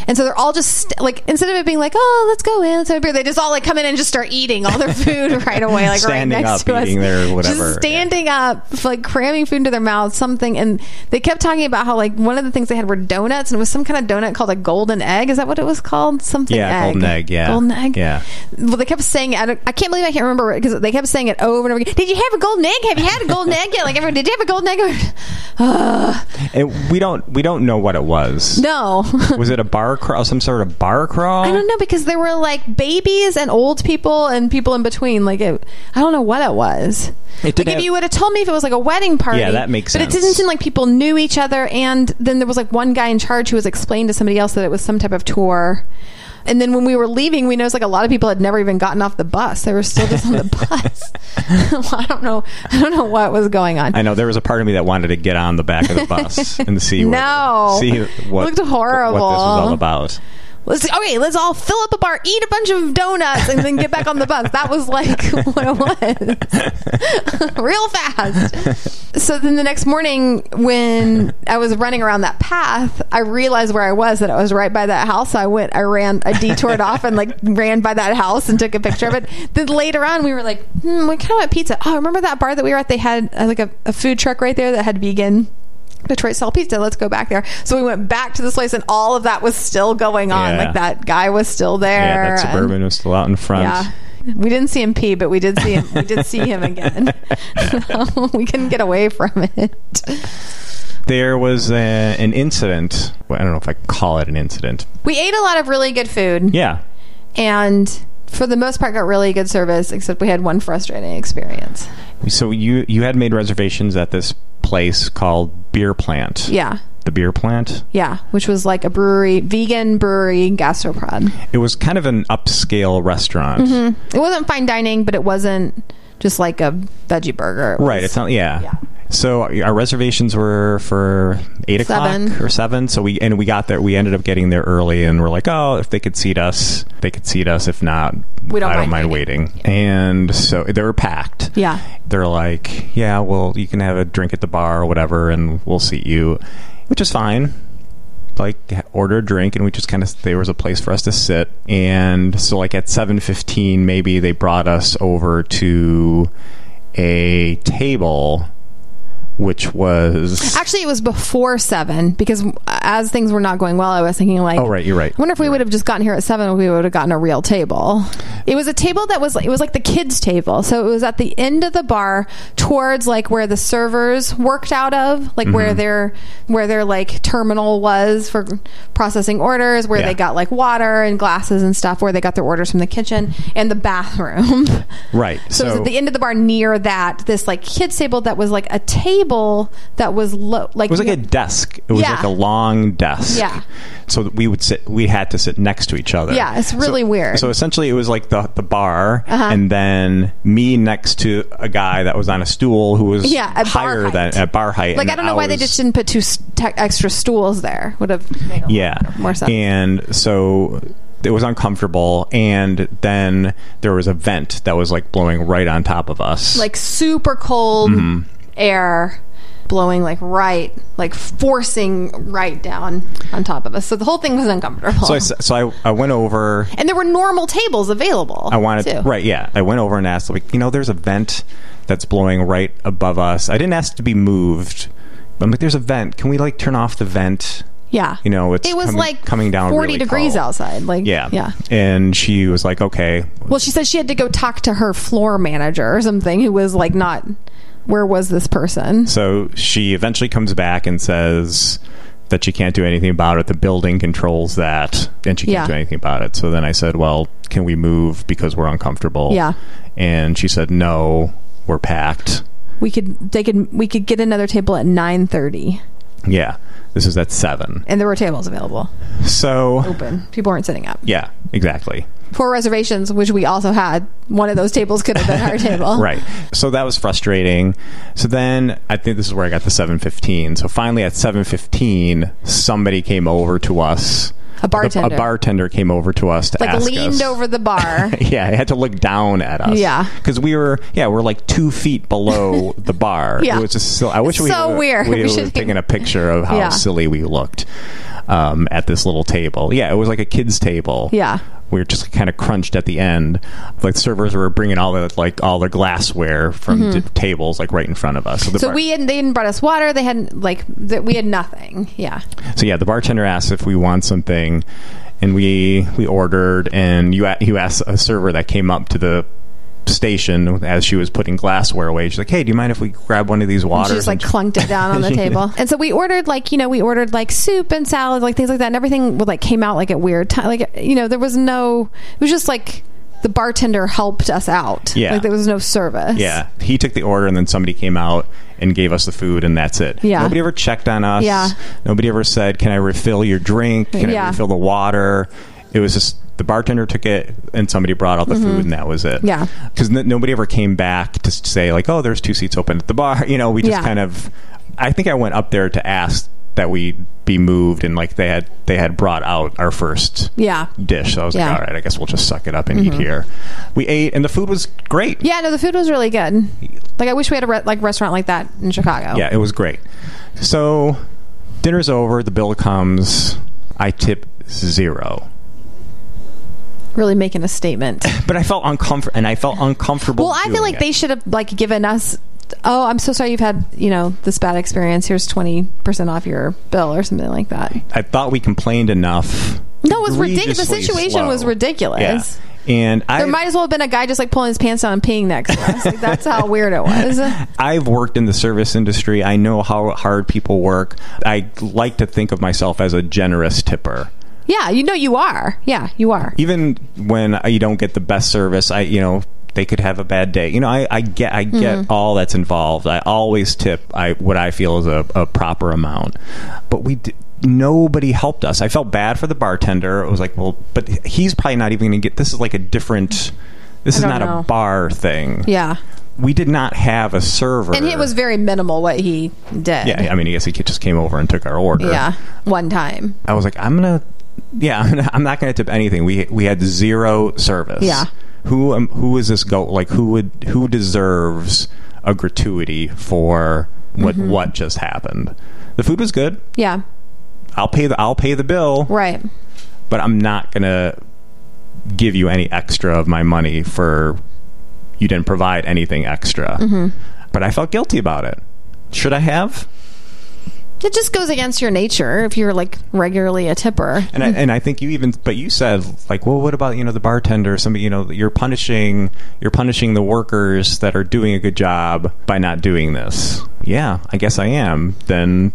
Speaker 1: And so they're all just st- like, instead of it being like, oh, let's go in, let's have a beer, they just all like come in and just start eating all their food right away, like
Speaker 2: Standing
Speaker 1: right next
Speaker 2: up,
Speaker 1: to us.
Speaker 2: eating their whatever,
Speaker 1: Just
Speaker 2: yeah.
Speaker 1: stand standing up, like cramming food into their mouth, something. And they kept talking about how, like, one of the things they had were donuts, and it was some kind of donut called a golden egg. Is that what it was called? Something
Speaker 2: Yeah,
Speaker 1: egg.
Speaker 2: golden egg, yeah.
Speaker 1: Golden egg.
Speaker 2: Yeah.
Speaker 1: Well, they kept saying, I, don't- I can't believe I can't remember because they kept saying it over and over again. Did you have a golden egg? Have you had a golden egg yet? Like, everyone, did you have a golden egg? Ugh.
Speaker 2: And we don't we don't know what it was.
Speaker 1: no.
Speaker 2: Was it a bar crawl? Some sort of bar crawl?
Speaker 1: I don't know because there were like babies and old people and people in between. Like it, I don't know what it was.
Speaker 2: It
Speaker 1: like
Speaker 2: did
Speaker 1: if
Speaker 2: have-
Speaker 1: you would have told me if it was like a wedding party,
Speaker 2: Yeah, that makes
Speaker 1: But it
Speaker 2: sense.
Speaker 1: didn't seem like people knew each other. And then there was like one guy in charge who was explaining to somebody else that it was some type of tour. And then when we were leaving, we noticed like a lot of people had never even gotten off the bus. They were still just on the bus. Well, I don't know. I don't know what was going on.
Speaker 2: I know there was a part of me that wanted to get on the back of the bus and see what,
Speaker 1: No.
Speaker 2: see what
Speaker 1: It looked horrible.
Speaker 2: what this was all about.
Speaker 1: Let's okay. Let's all fill up a bar, eat a bunch of donuts, and then get back on the bus. That was like what it was, real fast. So then the next morning, when I was running around that path, I realized where I was. That I was right by that house. So I went. I ran. I detoured off and like ran by that house and took a picture of it. Then later on, we were like, hmm, we kind of want pizza. Oh, remember that bar that we were at? They had uh, like a, a food truck right there that had vegan Detroit style pizza. Let's go back there. So we went back to this place, and all of that was still going on.
Speaker 2: Yeah.
Speaker 1: Like that guy was still there.
Speaker 2: Yeah, that
Speaker 1: and-
Speaker 2: suburban was still out in front.
Speaker 1: yeah. We didn't see him pee, but we did see him. We did see him again. So we couldn't get away from it.
Speaker 2: There was a, an incident. Well, I don't know if I can call it an incident.
Speaker 1: We ate a lot of really good food,
Speaker 2: Yeah,
Speaker 1: and for the most part, got really good service. Except we had one frustrating experience.
Speaker 2: So you you had made reservations at this place called Beer Plant.
Speaker 1: Yeah,
Speaker 2: The Beer Plant.
Speaker 1: yeah, which was like a brewery, vegan brewery gastropod.
Speaker 2: It was kind of an upscale restaurant.
Speaker 1: It wasn't fine dining, but it wasn't just like a veggie burger. It
Speaker 2: Right.
Speaker 1: was-
Speaker 2: It's not. Yeah.
Speaker 1: Yeah.
Speaker 2: So our reservations were for eight
Speaker 1: Seven.
Speaker 2: o'clock or seven. So we and we got there. We ended up getting there early, and we're like, oh, if they could seat us, they could seat us. If not,
Speaker 1: We don't
Speaker 2: I don't
Speaker 1: mind
Speaker 2: mind waiting. And so they were packed.
Speaker 1: Yeah.
Speaker 2: They're like, yeah, well, you can have a drink at the bar or whatever, and we'll seat you, which is fine. Like order a drink, and we just kind of there was a place for us to sit, and so like at seven fifteen, maybe they brought us over to a table, which was
Speaker 1: Actually, it was before seven because as things were not going well, I was thinking like,
Speaker 2: oh right, you're right.
Speaker 1: I wonder if we would have just gotten here at seven, we would have gotten a real table. It was a table that was it was like the kids' table, so it was at the end of the bar, towards like where the servers worked out of, like
Speaker 2: Mm-hmm.
Speaker 1: where their where their like terminal was for processing orders, where
Speaker 2: Yeah.
Speaker 1: they got like water and glasses and stuff, where they got their orders from the kitchen and the bathroom.
Speaker 2: right.
Speaker 1: So, it was
Speaker 2: So,
Speaker 1: at the end of the bar near that this like kids table that was like a table that was low like
Speaker 2: It was like a desk. It was
Speaker 1: Yeah.
Speaker 2: like a long desk.
Speaker 1: Yeah.
Speaker 2: So that we would sit. We had to sit next to each other.
Speaker 1: Yeah, it's
Speaker 2: So-
Speaker 1: really weird. Uh-huh.
Speaker 2: So essentially, it was like the the bar, and then me next to a guy that was on a stool who was
Speaker 1: Yeah, at bar
Speaker 2: higher
Speaker 1: height.
Speaker 2: than at bar height.
Speaker 1: like
Speaker 2: and
Speaker 1: I don't know why they
Speaker 2: was-
Speaker 1: just didn't put two s- te- extra stools there would have made a
Speaker 2: Yeah,
Speaker 1: lot more sense
Speaker 2: And so it was uncomfortable, and then there was a vent that was like blowing right on top of us.
Speaker 1: like super cold
Speaker 2: Mm-hmm.
Speaker 1: air blowing like right like forcing right down on top of us so the whole thing was uncomfortable
Speaker 2: so, I, s- so I I went over.
Speaker 1: and there were normal tables available
Speaker 2: I wanted
Speaker 1: too.
Speaker 2: right, yeah. I went over and asked, like, you know, there's a vent that's blowing right above us. I didn't ask to be moved. But I'm like, there's a vent. Can we like turn off the vent?
Speaker 1: yeah
Speaker 2: You know, it's
Speaker 1: it was
Speaker 2: coming-
Speaker 1: like
Speaker 2: coming down
Speaker 1: 40
Speaker 2: really
Speaker 1: degrees
Speaker 2: cold.
Speaker 1: outside like
Speaker 2: Yeah,
Speaker 1: yeah
Speaker 2: And she was like, okay,
Speaker 1: Well, she said she had to go talk to her floor manager or something who was like not where was this person?
Speaker 2: so she eventually comes back and says that she can't do anything about it. The building controls that, and she can't
Speaker 1: Yeah.
Speaker 2: do anything about it. So then I said, well, can we move because we're uncomfortable?
Speaker 1: Yeah.
Speaker 2: And she said, no, we're packed.
Speaker 1: We could they could we could get another table at 9:30
Speaker 2: Yeah. This is at seven.
Speaker 1: and there were tables available.
Speaker 2: So
Speaker 1: Open. People weren't sitting up.
Speaker 2: yeah, exactly.
Speaker 1: For reservations, which we also had, one of those tables could have been our table.
Speaker 2: Right. So that was frustrating. So then I think this is where I got the 715. So finally at 715, somebody came over to us.
Speaker 1: A bartender.
Speaker 2: A bartender came over to us to
Speaker 1: Like
Speaker 2: ask
Speaker 1: leaned
Speaker 2: us-
Speaker 1: over the bar.
Speaker 2: Yeah, it had to look down at us.
Speaker 1: Yeah.
Speaker 2: because we were yeah we're like two feet below the bar.
Speaker 1: Yeah.
Speaker 2: it was just so, I wish we
Speaker 1: So
Speaker 2: would've-
Speaker 1: weird.
Speaker 2: We,
Speaker 1: We
Speaker 2: would've
Speaker 1: should've-
Speaker 2: taken a picture of how
Speaker 1: Yeah.
Speaker 2: silly we looked um, at this little table. Yeah, it was like a kids table.
Speaker 1: Yeah.
Speaker 2: We were just kind of crunched at the end. Like servers were bringing all the like all the glassware from t- tables like right in front of us. the
Speaker 1: Mm-hmm. so
Speaker 2: bar-
Speaker 1: we hadn't, they hadn't brought us water. They hadn't like th- we had nothing. Yeah.
Speaker 2: So yeah, the bartender asked if we want something, and we we ordered, and you a- you asked a server that came up to the station as she was putting glassware away. She's like, "Hey, do you mind if we grab one of these waters?"
Speaker 1: She just like
Speaker 2: And
Speaker 1: clunked it down on the table. And so we ordered like, you know, we ordered like soup and salad, like things like that. And everything would, like came out like at weird time. Like, you know, there was no, it was just like the bartender helped us out.
Speaker 2: Yeah.
Speaker 1: Like there was no service.
Speaker 2: yeah, he took the order, and then somebody came out and gave us the food, and that's it.
Speaker 1: Yeah.
Speaker 2: nobody ever checked on us.
Speaker 1: Yeah.
Speaker 2: nobody ever said, "Can I refill your drink? Can
Speaker 1: Yeah.
Speaker 2: I refill the water?" It was just. The bartender took it, and somebody brought out the food, and that was it.
Speaker 1: Mm-hmm. Yeah.
Speaker 2: because n- nobody ever came back to s- say like, "Oh, there's two seats open at the bar." You know, we just
Speaker 1: Yeah.
Speaker 2: kind of. I think I went up there to ask that we be moved and like they had they had brought out our first
Speaker 1: Yeah.
Speaker 2: dish. So I was
Speaker 1: Yeah. Mm-hmm.
Speaker 2: like, all right, I guess we'll just suck it up and eat here. We ate and the food was great.
Speaker 1: Yeah, no, the food was really good. Like I wish we had a re- like restaurant like that in Chicago.
Speaker 2: Yeah, it was great. So dinner's over, the bill comes, I tip zero.
Speaker 1: Really making a statement.
Speaker 2: But I felt uncomfortable and I felt uncomfortable.
Speaker 1: Well, I feel
Speaker 2: doing
Speaker 1: like
Speaker 2: it.
Speaker 1: they should have like given us. Oh, I'm so sorry you've had you know this bad experience. Here's twenty percent off your bill or something like that.
Speaker 2: I thought we complained enough.
Speaker 1: No, it was ridiculous. The
Speaker 2: Egregiously
Speaker 1: situation
Speaker 2: slow.
Speaker 1: was ridiculous.
Speaker 2: Yeah. And
Speaker 1: There
Speaker 2: I
Speaker 1: might as well have been a guy just like pulling his pants down and peeing next to us. Like, that's how weird it was.
Speaker 2: I've worked in the service industry. I know how hard people work. I like to think of myself as a generous tipper.
Speaker 1: Yeah, you know you are. Yeah, you are.
Speaker 2: Even when you don't get the best service, I you know they could have a bad day. You know, I, I get I get
Speaker 1: Mm-hmm.
Speaker 2: all that's involved. I always tip I what I feel is a, a proper amount, but we. D- Nobody helped us. I felt bad for the bartender. It was like, well, but he's probably not even going to get. This is like a different. This is
Speaker 1: don't
Speaker 2: not
Speaker 1: know.
Speaker 2: a bar thing.
Speaker 1: Yeah,
Speaker 2: we did not have a server,
Speaker 1: and it was very minimal what he did.
Speaker 2: Yeah, I mean, I guess he just came over and took our order.
Speaker 1: yeah, one time.
Speaker 2: I was like, I'm gonna, yeah, I'm, gonna, I'm not gonna tip anything. We we had zero service.
Speaker 1: Yeah.
Speaker 2: who um, who is this go? Like, who would who deserves a gratuity for what what just happened? The food was good.
Speaker 1: Yeah,
Speaker 2: I'll pay the I'll pay the bill,
Speaker 1: right.
Speaker 2: but I'm not gonna give you any extra of my money for you didn't provide anything extra. But I felt guilty about it. Should I have?
Speaker 1: It just goes against your nature if you're like regularly a tipper.
Speaker 2: And I, and I think you even, but you said like, well, what about you know the bartender? Somebody you know you're punishing you're punishing the workers that are doing a good job by not doing this. Yeah, I guess I am. Then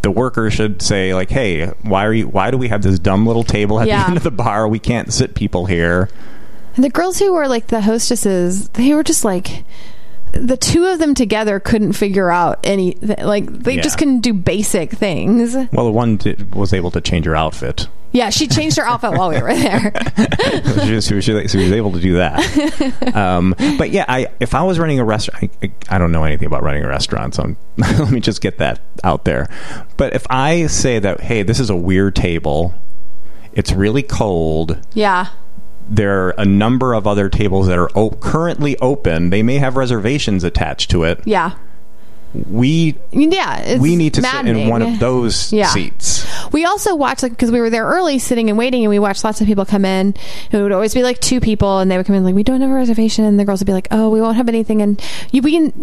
Speaker 2: the worker should say like, hey, why are you? Why do we have this dumb little table at
Speaker 1: Yeah.
Speaker 2: the end of the bar? We can't sit people here.
Speaker 1: And the girls who were like the hostesses, they were just like the two of them together couldn't figure out any like they
Speaker 2: Yeah.
Speaker 1: just couldn't do basic things.
Speaker 2: Well, the one did, was able to change her outfit.
Speaker 1: Yeah, she changed her outfit while we were there.
Speaker 2: she, was, she, was, she was able to do that. Um, but yeah, I if I was running a restaurant, I, I don't know anything about running a restaurant, so I'm, let me just get that out there. But if I say that, hey, this is a weird table, it's really cold.
Speaker 1: Yeah.
Speaker 2: There are a number of other tables that are o- currently open. They may have reservations attached to it.
Speaker 1: Yeah.
Speaker 2: We
Speaker 1: Yeah, it's
Speaker 2: we need to sit in
Speaker 1: maddening.
Speaker 2: one of those
Speaker 1: Yeah.
Speaker 2: seats.
Speaker 1: We also watched like because we were there early, sitting and waiting, and we watched lots of people come in. It would always be like two people, and they would come in like, "We don't have a reservation," and the girls would be like, "Oh, we won't have anything," and you, we can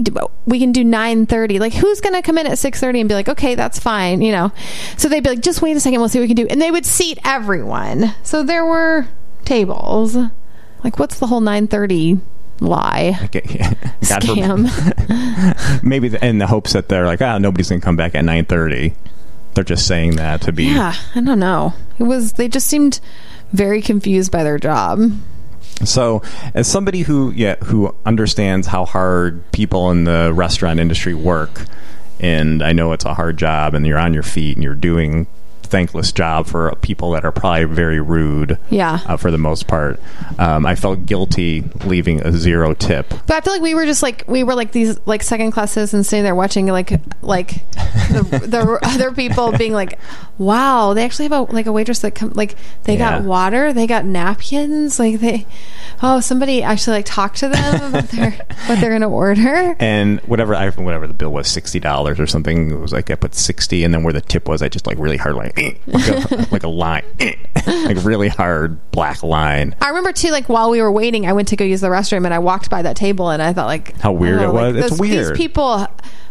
Speaker 1: we can do nine thirty. Like, who's gonna come in at six thirty and be like, "Okay, that's fine," you know? So they'd be like, "Just wait a second, we'll see what we can do," and they would seat everyone. So there were tables. Like, what's the whole nine thirty lie?
Speaker 2: Okay. God forbid-
Speaker 1: Scam.
Speaker 2: maybe the, in the hopes that they're like, ah, nobody's gonna come back at nine thirty. They're just saying that to be.
Speaker 1: Yeah, I don't know. It was they just seemed very confused by their job.
Speaker 2: So, as somebody who yeah who understands how hard people in the restaurant industry work, and I know it's a hard job, and you're on your feet, and you're doing thankless job for people that are probably very rude.
Speaker 1: Yeah.
Speaker 2: Uh, for the most part, um, I felt guilty leaving a zero tip.
Speaker 1: But I feel like we were just like we were like these like second class citizens sitting there watching like like the, the other people being like, wow, they actually have a like a waitress that come like they got
Speaker 2: Yeah.
Speaker 1: water, they got napkins, like they oh somebody actually like talked to them about their what they're gonna order.
Speaker 2: and whatever I whatever the bill was sixty dollars or something it was like I put sixty and then where the tip was I just like really hard like eh, like, a, like a line eh, like really hard black line
Speaker 1: I remember too, like while we were waiting, I went to go use the restroom and I walked by that table and I thought, like,
Speaker 2: How weird
Speaker 1: I don't
Speaker 2: it was.
Speaker 1: like,
Speaker 2: It's
Speaker 1: those-
Speaker 2: weird.
Speaker 1: These people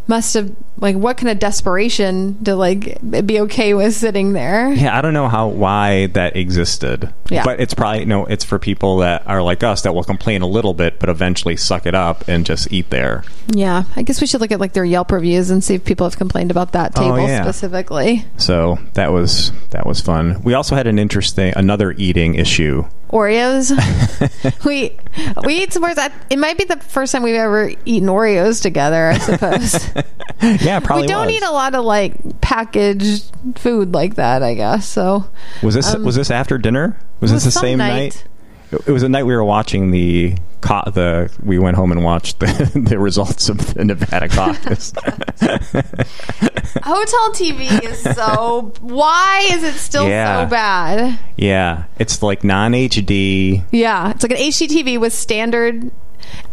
Speaker 1: must have like what kind of desperation to like be okay with sitting there.
Speaker 2: yeah I don't know how why that existed
Speaker 1: Yeah.
Speaker 2: but it's probably no it's for people that are like us that will complain a little bit but eventually suck it up and just eat there
Speaker 1: Yeah, I guess we should look at like their Yelp reviews and see if people have complained about that
Speaker 2: Oh,
Speaker 1: table
Speaker 2: yeah.
Speaker 1: specifically,
Speaker 2: so that was that was fun we also had an interesting another eating issue
Speaker 1: Oreos. we we ate some Oreos. It might be the first time we've ever eaten Oreos together. I suppose
Speaker 2: yeah probably
Speaker 1: we don't
Speaker 2: was.
Speaker 1: eat a lot of like packaged food like that. I guess so.
Speaker 2: was this was this after dinner was,
Speaker 1: um, It was
Speaker 2: this the
Speaker 1: some
Speaker 2: same night? It was a night we were watching the co- the we went home and watched the, the results of the Nevada caucus.
Speaker 1: Hotel TV is so. Why is it still
Speaker 2: Yeah.
Speaker 1: so bad?
Speaker 2: yeah, it's like non HD.
Speaker 1: Yeah, it's like an HGTV with standard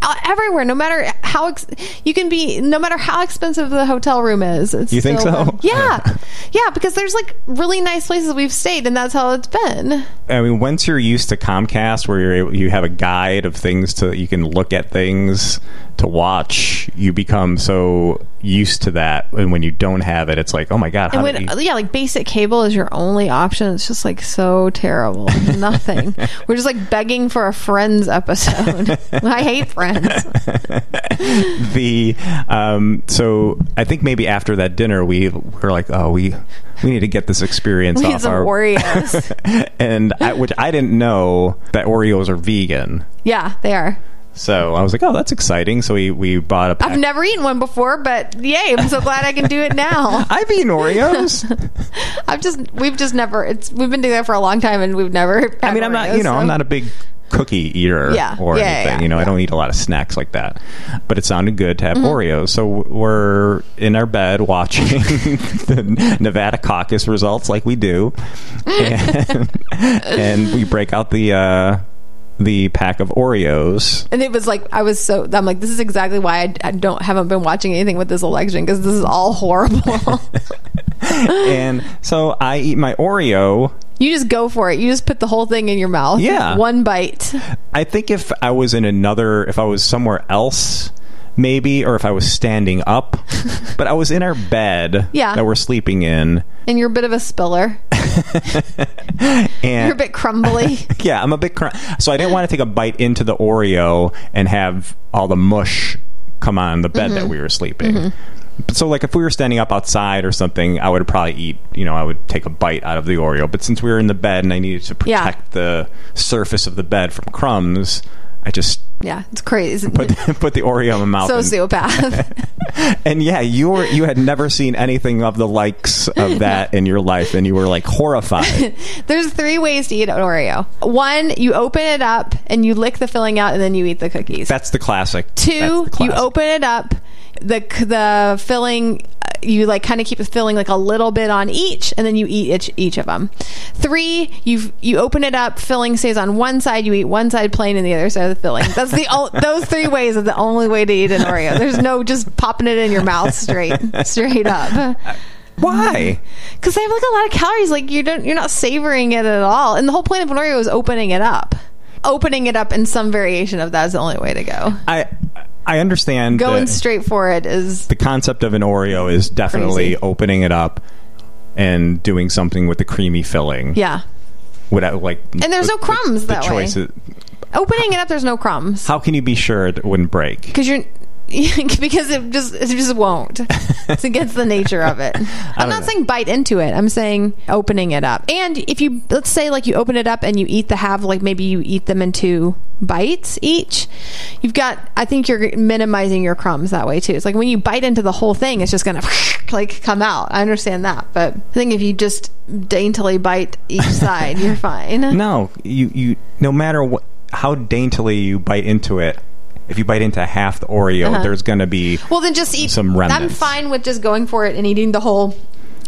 Speaker 1: uh, everywhere. No matter how ex- you can be, no matter how expensive the hotel room is. It's
Speaker 2: You think
Speaker 1: still
Speaker 2: so?
Speaker 1: been- Yeah, yeah, because there's like really nice places we've stayed, and that's how it's been.
Speaker 2: I mean, once you're used to Comcast, where you're able, you have a guide of things to you can look at things to watch, you become so used to that. And when you don't have it, it's like, oh my god, how
Speaker 1: And
Speaker 2: did
Speaker 1: when
Speaker 2: you-
Speaker 1: yeah, like basic cable is your only option. It's just like so terrible. Nothing. We're just like begging for a Friends episode. I hate Friends. uh,
Speaker 2: the um, so I think maybe after that dinner we were like, oh, we we need to get this experience
Speaker 1: We
Speaker 2: off
Speaker 1: need some
Speaker 2: our
Speaker 1: Oreos.
Speaker 2: and I, which I didn't know that Oreos are vegan.
Speaker 1: yeah, they are.
Speaker 2: So I was like, oh, that's exciting. So we we bought a pack.
Speaker 1: I've never eaten one before, but yay! I'm so glad I can do it now.
Speaker 2: I've eaten Oreos.
Speaker 1: I've just we've just never it's we've been doing that for a long time and we've never.
Speaker 2: I mean, I'm not, you know, I'm not a big cookie eater
Speaker 1: Yeah.
Speaker 2: or
Speaker 1: Yeah, yeah,
Speaker 2: anything.
Speaker 1: yeah. Mm-hmm.
Speaker 2: you know, I don't eat a lot of snacks like that. But it sounded good to have Oreos. So we're in our bed watching the Nevada caucus results like we do. And, and we break out the, uh, the pack of Oreos.
Speaker 1: And it was like I was so I'm like this is exactly why I, I don't haven't been watching anything with this election because this is all horrible.
Speaker 2: And so I eat my Oreo.
Speaker 1: you just go for it. You just put the whole thing in your mouth.
Speaker 2: Yeah.
Speaker 1: one bite.
Speaker 2: I think if I was in another, if I was somewhere else, maybe, or if I was standing up, but I was in our bed
Speaker 1: Yeah.
Speaker 2: that we're sleeping in,
Speaker 1: And you're a bit of a spiller.
Speaker 2: and
Speaker 1: You're a bit crumbly.
Speaker 2: yeah, I'm a bit cr- so I didn't want to take a bite into the Oreo and have all the mush come on the bed
Speaker 1: Mm-hmm.
Speaker 2: that we were sleeping. But So like if we were standing up outside or something, I would probably eat. You know, I would take a bite out of the Oreo. But since we were in the bed and I needed to
Speaker 1: Yeah.
Speaker 2: protect the surface of the bed from crumbs, I just
Speaker 1: yeah, it's crazy.
Speaker 2: put put the Oreo in my mouth. and-
Speaker 1: Sociopath.
Speaker 2: And yeah, you were you had never seen anything of the likes of that in your life, and you were like horrified.
Speaker 1: There's three ways to eat an Oreo. One, you open it up and you lick the filling out, and then you eat the cookies.
Speaker 2: That's the classic. That's
Speaker 1: Two,
Speaker 2: the
Speaker 1: you
Speaker 2: classic.
Speaker 1: open it up. The the filling, uh, you like kind of keep the filling like a little bit on each, and then you eat each, each of them. Three, you you open it up, filling stays on one side. You eat one side plain and the other side of the filling. That's the o- those three ways are the only way to eat an Oreo. There's no just popping it in your mouth straight straight up
Speaker 2: Why?
Speaker 1: because they have like a lot of calories. Like you don't, you're not savoring it at all. And the whole point of an Oreo is opening it up. Opening it up in some variation of that is the only way to go.
Speaker 2: I I understand
Speaker 1: Going
Speaker 2: the,
Speaker 1: straight for it is
Speaker 2: the concept of an Oreo is definitely
Speaker 1: Crazy.
Speaker 2: opening it up and doing something with the creamy filling.
Speaker 1: yeah.
Speaker 2: Without like
Speaker 1: And there's no crumbs
Speaker 2: the
Speaker 1: that way.
Speaker 2: choice is-
Speaker 1: Opening it up, there's no crumbs
Speaker 2: how can you be sure it wouldn't break?
Speaker 1: because you're because it just it just won't. It's against the nature of it. I'm
Speaker 2: don't
Speaker 1: not
Speaker 2: know.
Speaker 1: saying bite into it. I'm saying opening it up. And if you let's say like you open it up and you eat the half, like maybe you eat them in two bites each. You've got. I think you're minimizing your crumbs that way too. It's like when you bite into the whole thing, it's just gonna like come out. I understand that, but I think if you just daintily bite each side, you're fine.
Speaker 2: No, you you no matter what how daintily you bite into it, if you bite into half the Oreo,
Speaker 1: Uh-huh.
Speaker 2: there's gonna be
Speaker 1: Well, then just eat
Speaker 2: Some remnants.
Speaker 1: I'm fine with just going for it and eating the whole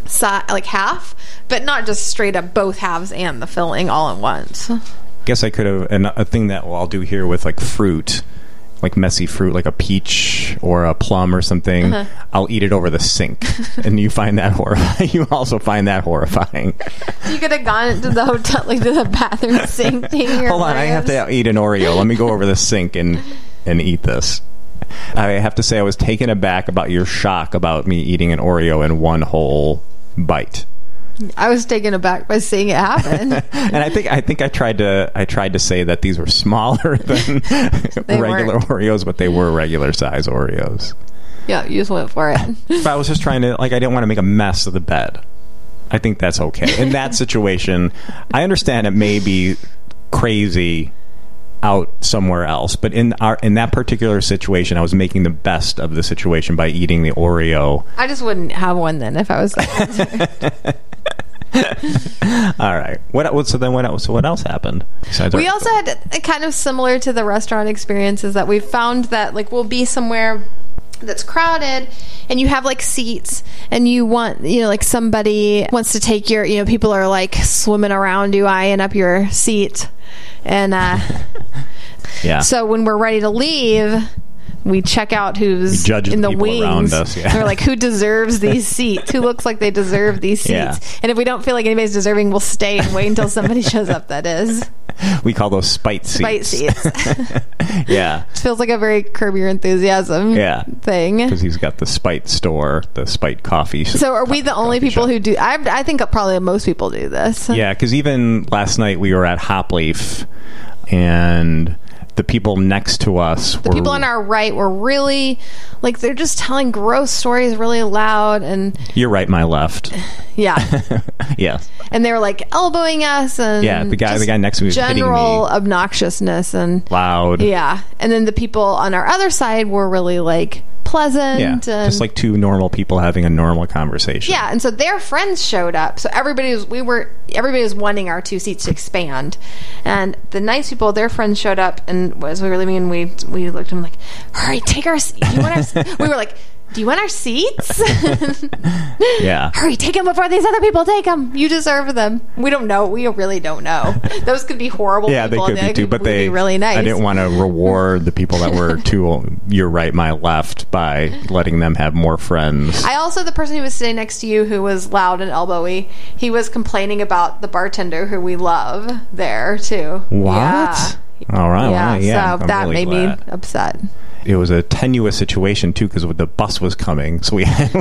Speaker 1: side, like half, but not just straight up both halves and the filling all at once.
Speaker 2: guess I could have and a thing that I'll do here with like fruit, like messy fruit, like a peach or a plum or something.
Speaker 1: Uh-huh.
Speaker 2: I'll eat it over the sink, and you find that horrifying. You also find that horrifying.
Speaker 1: You could have gone to the hotel, like to the bathroom sink. to eat your
Speaker 2: Hold on, I have
Speaker 1: Oreos.
Speaker 2: to eat an Oreo. Let me go over the sink and and eat this. I have to say I was taken aback about your shock about me eating an Oreo in one whole bite.
Speaker 1: I was taken aback by seeing it happen.
Speaker 2: And I think I think I tried to I tried to say that these were smaller than regular
Speaker 1: weren't.
Speaker 2: Oreos, but they were regular size Oreos.
Speaker 1: yeah, you just went for it.
Speaker 2: if I was just trying to like I didn't want to make a mess of the bed. I think that's okay. In that situation, I understand it may be crazy out somewhere else, but in our in that particular situation, I was making the best of the situation by eating the Oreo.
Speaker 1: I just wouldn't have one then if I was.
Speaker 2: All right. What, what? So then, what else? What else happened? Besides
Speaker 1: We
Speaker 2: our-
Speaker 1: also had a kind of similar to the restaurant experiences that we found that like we'll be somewhere that's crowded and you have like seats and you want you know like somebody wants to take your you know people are like swimming around you eyeing up your seat and uh
Speaker 2: yeah.
Speaker 1: so when we're ready to leave we check out who's
Speaker 2: We judge
Speaker 1: in
Speaker 2: the
Speaker 1: the,
Speaker 2: people
Speaker 1: wings
Speaker 2: around us, yeah.
Speaker 1: And we're like who deserves these seats who looks like they deserve these seats
Speaker 2: Yeah.
Speaker 1: and if we don't feel like anybody's deserving we'll stay and wait until somebody shows up that is
Speaker 2: we call those spite seats.
Speaker 1: bite seats
Speaker 2: Yeah.
Speaker 1: feels like a very curb your enthusiasm
Speaker 2: Yeah.
Speaker 1: thing.
Speaker 2: Because he's got the spite store, the spite coffee.
Speaker 1: So are we the only
Speaker 2: coffee
Speaker 1: people
Speaker 2: shop.
Speaker 1: who do? I, I think probably most people do this.
Speaker 2: Yeah, because even last night we were at Hopleaf, and the people next to us
Speaker 1: The
Speaker 2: were
Speaker 1: people on our right were really like they're just telling gross stories really loud and
Speaker 2: You're right, my left.
Speaker 1: yeah,
Speaker 2: Yeah,
Speaker 1: and they were like elbowing us and
Speaker 2: yeah. The guy,
Speaker 1: just
Speaker 2: the guy next to me was hitting
Speaker 1: general
Speaker 2: me
Speaker 1: obnoxiousness and
Speaker 2: loud.
Speaker 1: yeah, and then the people on our other side were really like pleasant
Speaker 2: Yeah,
Speaker 1: and
Speaker 2: just like two normal people having a normal conversation.
Speaker 1: Yeah, and so their friends showed up. So everybody was we were everybody was wanting our two seats to expand, and the nice people, their friends showed up, and as we were leaving, and we we looked at them like, "All right, take our. se- Do you want our? se-" we were like, "Do you want our seats?
Speaker 2: yeah.
Speaker 1: Hurry, take them before these other people take them. You deserve them. We don't know. We really don't know. Those could be horrible.
Speaker 2: Yeah, they
Speaker 1: people,
Speaker 2: could
Speaker 1: and
Speaker 2: be too, but
Speaker 1: would
Speaker 2: they
Speaker 1: be really nice.
Speaker 2: I didn't want to reward the people that were too. You're right, my left by letting them have more friends.
Speaker 1: I also the person who was sitting next to you who was loud and elbowy. He was complaining about the bartender who we love there too.
Speaker 2: what?
Speaker 1: Yeah.
Speaker 2: All right,
Speaker 1: Yeah,
Speaker 2: wow, yeah.
Speaker 1: so
Speaker 2: I'm
Speaker 1: that
Speaker 2: really
Speaker 1: made
Speaker 2: glad.
Speaker 1: me upset.
Speaker 2: it was a tenuous situation too because the bus was coming so we had,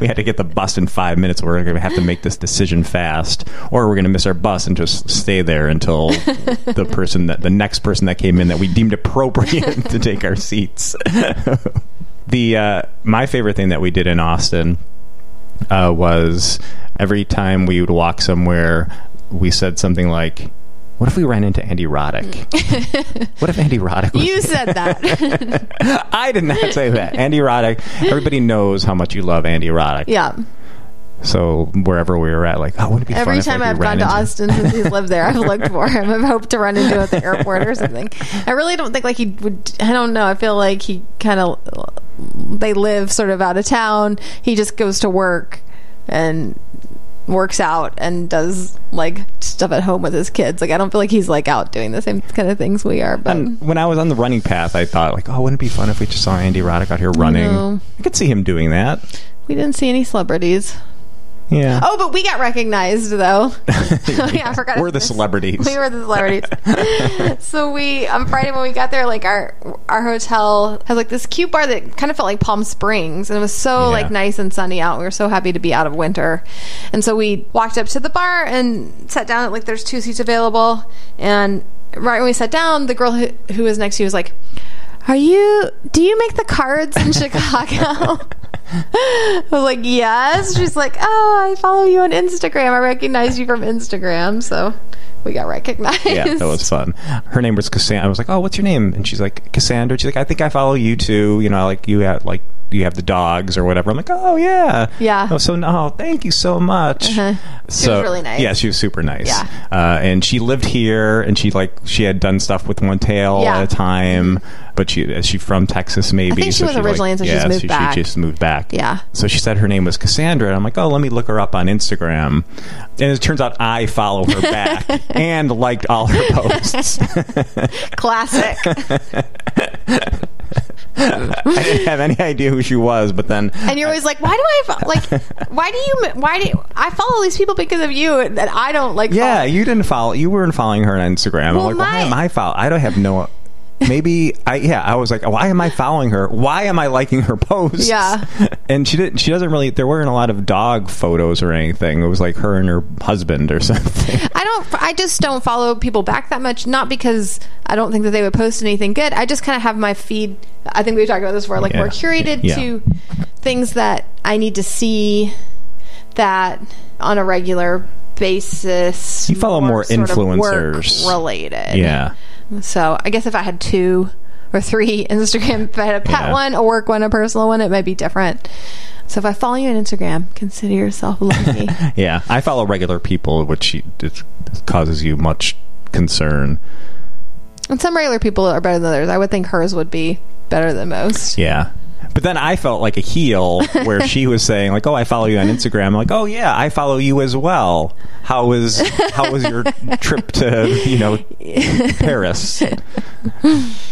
Speaker 2: we had to get the bus in five minutes we're going to have to make this decision fast or we're going to miss our bus and just stay there until the person that the next person that came in that we deemed appropriate to take our seats the uh, my favorite thing that we did in austin uh, was every time we would walk somewhere we said something like what if we ran into Andy Roddick? what if Andy Roddick was
Speaker 1: You said that.
Speaker 2: I did not say that. Andy Roddick. Everybody knows how much you love Andy Roddick.
Speaker 1: yeah.
Speaker 2: So wherever we were at, like, oh, wouldn't it be fun
Speaker 1: Every
Speaker 2: if, like,
Speaker 1: time
Speaker 2: we
Speaker 1: I've gone
Speaker 2: ran
Speaker 1: to
Speaker 2: into-
Speaker 1: Austin since he's lived there, I've looked for him. I've hoped to run into him at the airport or something. I really don't think like he would. I don't know. I feel like he kind of they live sort of out of town. He just goes to work and works out and does like stuff at home with his kids. Like I don't feel like he's like out doing the same kind of things we are. But
Speaker 2: And when I was on the running path, I thought, like, oh, wouldn't it be fun if we just saw Andy Roddick out here running?
Speaker 1: No.
Speaker 2: I could see him doing that.
Speaker 1: we didn't see any celebrities.
Speaker 2: Yeah.
Speaker 1: Oh, but we got recognized though. yeah, I forgot.
Speaker 2: We're the celebrities.
Speaker 1: We were the celebrities. so we on Friday when we got there, like our our hotel has like this cute bar that kind of felt like Palm Springs, and it was so
Speaker 2: Yeah.
Speaker 1: like nice and sunny out. We were so happy to be out of winter, and so we walked up to the bar and sat down. Like there's two seats available, and right when we sat down, the girl who, who was next to you was like. Are you? Do you make the cards in Chicago? I was like, yes. She's like, oh, I follow you on Instagram. I recognize you from Instagram. So we got recognized.
Speaker 2: yeah, that was fun. Her name was Cassandra. I was like, "Oh, what's your name?" And she's like, "Cassandra." She's like, "I think I follow you too. You know, like you have like you have the dogs or whatever." I'm like, "Oh yeah,
Speaker 1: Yeah.
Speaker 2: Oh, so no, thank you so much.
Speaker 1: Uh-huh.
Speaker 2: So
Speaker 1: really nice.
Speaker 2: Yeah, she was super nice.
Speaker 1: Yeah.
Speaker 2: uh, and she lived here, and she like she had done stuff with one tail
Speaker 1: Yeah.
Speaker 2: at a time. But she is she from Texas? Maybe
Speaker 1: think she was
Speaker 2: she's
Speaker 1: originally, and so she's
Speaker 2: yeah,
Speaker 1: moved
Speaker 2: she,
Speaker 1: back.
Speaker 2: She just moved back.
Speaker 1: Yeah.
Speaker 2: So she said her name was Cassandra, and I'm like, oh, let me look her up on Instagram. And it turns out I follow her back and liked all her posts.
Speaker 1: classic.
Speaker 2: I didn't have any idea who she was, but then
Speaker 1: And you're always like, why do I fo- like? Why do you? Why do you, I follow these people because of you that I don't like?
Speaker 2: yeah,
Speaker 1: follow-
Speaker 2: you didn't follow. You weren't following her on Instagram.
Speaker 1: Well,
Speaker 2: I'm like, why
Speaker 1: my-
Speaker 2: am I follow? I don't have no. Maybe I yeah I was like why am I following her why am I liking her posts
Speaker 1: Yeah.
Speaker 2: and she didn't she doesn't really there weren't a lot of dog photos or anything it was like her and her husband or something
Speaker 1: I don't. I just don't follow people back that much. Not because I don't think that they would post anything good. I just kind of have my feed. I think we've talked about this before. Like
Speaker 2: Yeah.
Speaker 1: we're curated
Speaker 2: Yeah.
Speaker 1: to things that I need to see that on a regular basis.
Speaker 2: You follow more
Speaker 1: sort of work
Speaker 2: influencers.
Speaker 1: related.
Speaker 2: yeah
Speaker 1: So I guess if I had two or three Instagram. If I had a pet
Speaker 2: Yeah.
Speaker 1: one, a work one, a personal one, it might be different. So if I follow you on Instagram, consider yourself lucky.
Speaker 2: Yeah, I follow regular people, which you- it causes you much concern.
Speaker 1: and some regular people are better than others. I would think hers would be better than most.
Speaker 2: Yeah. But then I felt like a heel where she was saying like, "Oh, I follow you on Instagram." I'm like, "Oh yeah, I follow you as well." How was how was your trip to, you know, Paris?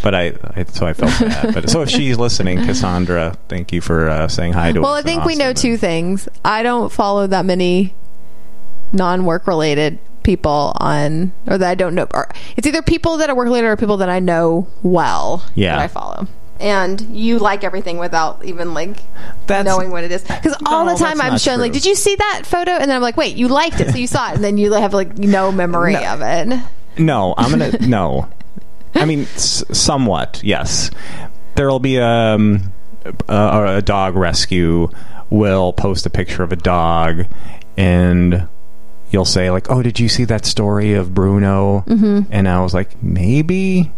Speaker 2: But I, I so I felt bad. But so if she's listening, Cassandra, thank you for uh, saying hi to
Speaker 1: Well, I
Speaker 2: us.
Speaker 1: think
Speaker 2: and
Speaker 1: we know
Speaker 2: awesome.
Speaker 1: two things. I don't follow that many non-work related people on, or that I don't know. Or it's either people that are work related or people that I know well
Speaker 2: Yeah.
Speaker 1: that I follow. And you like everything without even like
Speaker 2: That's-
Speaker 1: knowing what it is, because all
Speaker 2: No,
Speaker 1: the time
Speaker 2: that's
Speaker 1: I'm
Speaker 2: not
Speaker 1: shown like,
Speaker 2: true.
Speaker 1: "Did you see that photo?" And then I'm like, "Wait, you liked it, so you saw it," and then you have like no memory
Speaker 2: No.
Speaker 1: of it.
Speaker 2: No, I'm gonna no. I mean, s- somewhat yes. There'll be um, a, a dog rescue. Will post a picture of a dog, and you'll say like, "Oh, did you see that story of Bruno?" Mm-hmm. And I was like, maybe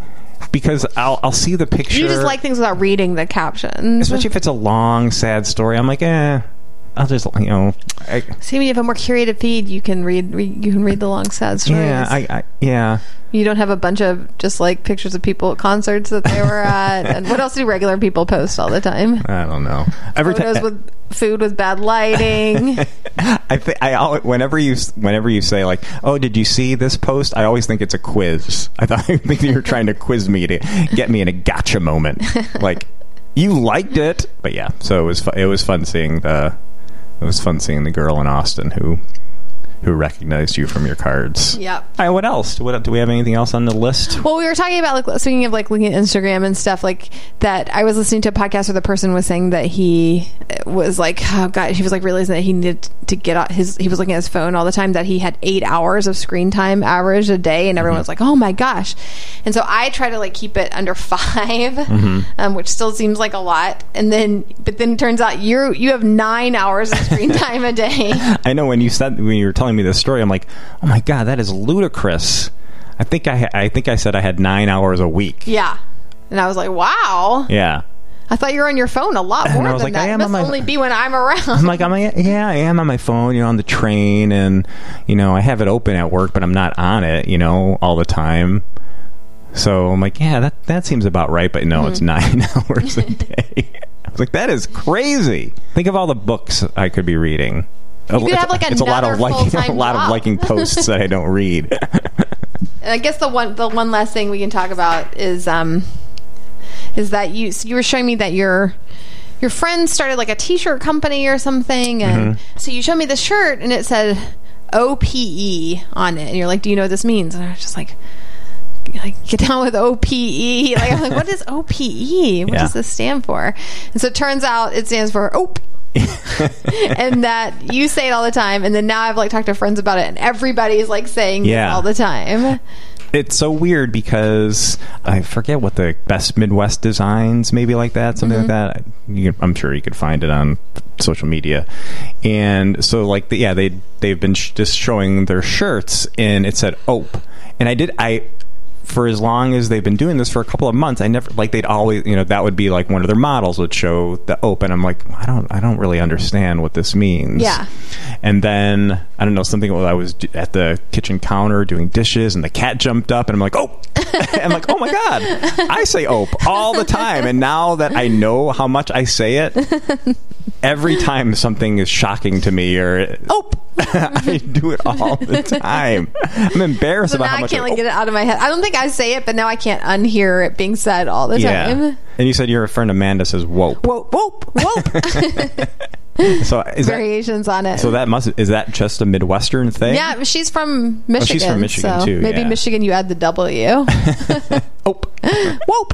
Speaker 2: because I'll I'll see the picture.
Speaker 1: You just like things without reading the captions.
Speaker 2: especially if it's a long sad story. I'm like, eh. I'll just you know, I,
Speaker 1: See, when you have a more curated feed, you can read, re- you can read the long sad stories.
Speaker 2: yeah, I, I yeah.
Speaker 1: You don't have a bunch of just like pictures of people at concerts that they were at. and what else do regular people post all the time?
Speaker 2: I don't know. Every ti-
Speaker 1: Photos with food with bad lighting.
Speaker 2: I th- I always, whenever you whenever you say like, "Oh, did you see this post?" I always think it's a quiz. I thought I think you were trying to quiz me to get me in a gotcha moment. Like you liked it, but yeah. So it was fu- it was fun seeing the it was fun seeing the girl in Austin who who recognized you from your cards.
Speaker 1: yep.
Speaker 2: All right, what else? What do we have anything else on the list?
Speaker 1: Well, we were talking about like speaking of like looking at Instagram and stuff like that. I was listening to a podcast where the person was saying that he was like, oh god, he was like realizing that he needed to get out his. He was looking at his phone all the time. That he had eight hours of screen time average a day, and
Speaker 2: Mm-hmm.
Speaker 1: everyone was like, oh my gosh. And so I try to like keep it under 5
Speaker 2: Mm-hmm.
Speaker 1: um, which still seems like a lot. And then, but then it turns out you you have nine hours of screen time a day.
Speaker 2: I know when you said when you were telling me this story, I'm like, oh my god, that is ludicrous. I think I ha- I think I said I had nine hours a week.
Speaker 1: Yeah. And I was like, wow.
Speaker 2: Yeah.
Speaker 1: I thought you were on your phone a lot more
Speaker 2: I
Speaker 1: than
Speaker 2: was like,
Speaker 1: that.
Speaker 2: I
Speaker 1: It
Speaker 2: am
Speaker 1: must
Speaker 2: on my-
Speaker 1: only be when I'm
Speaker 2: I'm
Speaker 1: around.
Speaker 2: like, I'm yeah, I am on my phone. You know, on the train, and you know, I have it open at work, but I'm not on it. You know, all the time. So I'm like, yeah, that that seems about right. But no,
Speaker 1: Mm-hmm.
Speaker 2: it's nine hours a day. I was like, that is crazy. Think of all the books I could be reading. You
Speaker 1: could have, like,
Speaker 2: it's a lot of
Speaker 1: another
Speaker 2: liking, a
Speaker 1: full-time
Speaker 2: lot of
Speaker 1: job.
Speaker 2: liking posts that I don't read.
Speaker 1: And I guess the one the one last thing we can talk about is um is that you so you were showing me that your your friend started like a t-shirt company or something and so you showed me the shirt and it said OPE on it and you're like do you know what this means and I was just like like get down with OPE like I'm like what is OPE what
Speaker 2: Yeah.
Speaker 1: does this stand for and so it turns out it stands for OPE and that you say it all the time and then now I've like talked to friends about it and everybody's like saying yeah.
Speaker 2: Yeah.
Speaker 1: all the time
Speaker 2: it's so weird because I forget what the best Midwest designs, maybe like that, something like that. You, I'm sure you could find it on social media. And so, like, the, yeah, they they've been sh- just showing their shirts, and it said "Ope," and I did I. For as long as they've been doing this for a couple of months, I never like they'd always you know that would be like one of their models would show the ope, and I'm like I don't I don't really understand what this means.
Speaker 1: Yeah.
Speaker 2: And then I don't know something. Well, I was d- at the kitchen counter doing dishes, and the cat jumped up, and I'm like, oh, I'm like, oh my god, I say ope all the time, and now that I know how much I say it, every time something is shocking to me or ope, I do it all the time. I'm embarrassed
Speaker 1: So
Speaker 2: about
Speaker 1: now
Speaker 2: how
Speaker 1: I
Speaker 2: much
Speaker 1: can't
Speaker 2: I oh,
Speaker 1: like get
Speaker 2: ope.
Speaker 1: it out of my head. I don't think I say it, but now I can't unhear it being said all the
Speaker 2: Yeah.
Speaker 1: time.
Speaker 2: And you said your friend Amanda says wope.
Speaker 1: Whoop whoop whoop!
Speaker 2: So is that
Speaker 1: Variations on it.
Speaker 2: so that must is that just a Midwestern thing? Oh,
Speaker 1: yeah, but she's from Michigan.
Speaker 2: she's from Michigan,
Speaker 1: so
Speaker 2: too,
Speaker 1: Maybe
Speaker 2: yeah.
Speaker 1: Michigan, you add the W.
Speaker 2: Ope.
Speaker 1: whoop.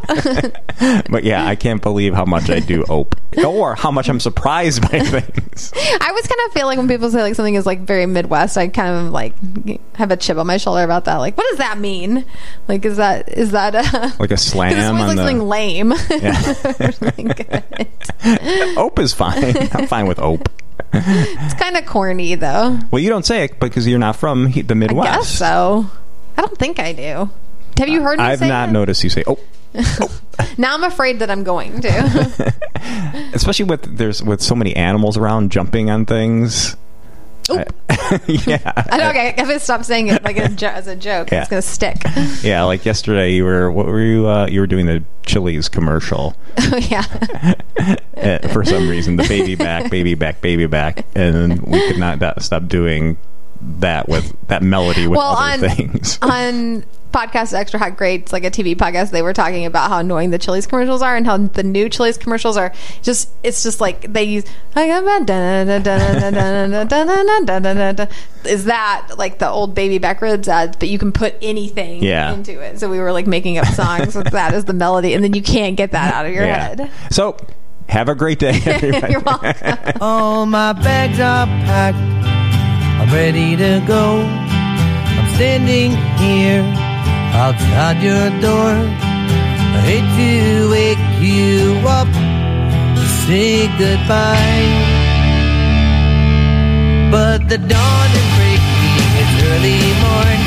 Speaker 2: But yeah, I can't believe how much I do ope, or how much I'm surprised by things.
Speaker 1: I always kind of feel like when people say like something is like very Midwest, I kind of like have a chip on my shoulder about that. Like, what does that mean? Like, is that is that a
Speaker 2: Like a
Speaker 1: Because it's
Speaker 2: slam
Speaker 1: always like
Speaker 2: on the
Speaker 1: something lame.
Speaker 2: Yeah.
Speaker 1: Like,
Speaker 2: ope is fine. I'm fine with ope.
Speaker 1: it's kind of corny though.
Speaker 2: Well, you don't say it because you're not from he- the
Speaker 1: I
Speaker 2: Midwest.
Speaker 1: guess so. I don't think I do. Have you heard me
Speaker 2: I've
Speaker 1: say
Speaker 2: not
Speaker 1: that?
Speaker 2: noticed you say ope.
Speaker 1: Now I'm afraid that I'm going to.
Speaker 2: especially with there's with so many animals around jumping on things.
Speaker 1: Oop.
Speaker 2: I- yeah,
Speaker 1: I know, okay, if I stop saying it like a jo- as a joke,
Speaker 2: Yeah.
Speaker 1: it's going to stick.
Speaker 2: yeah. Like yesterday, you were what were you? Uh, you were doing the Chili's commercial
Speaker 1: yeah.
Speaker 2: uh, for some reason. The baby back, baby back, baby back, and we could not do- stop doing that with that melody with
Speaker 1: Well,
Speaker 2: other
Speaker 1: on-
Speaker 2: things.
Speaker 1: on podcast extra hot grades like a tv podcast they were talking about how annoying the chili's commercials are and how the new chili's commercials are just it's just like they use is that like the old baby back ribs ads but you can put anything
Speaker 2: Yeah.
Speaker 1: into it so we were like making up songs with that as the melody and then you can't get that out of your
Speaker 2: yeah.
Speaker 1: head
Speaker 2: So, have a great day, everybody.
Speaker 1: you're welcome
Speaker 3: All my bags are packed. I'm ready to go. I'm standing here outside your door. I hate to wake you up to say goodbye. But the dawn is breaking. It's early morning.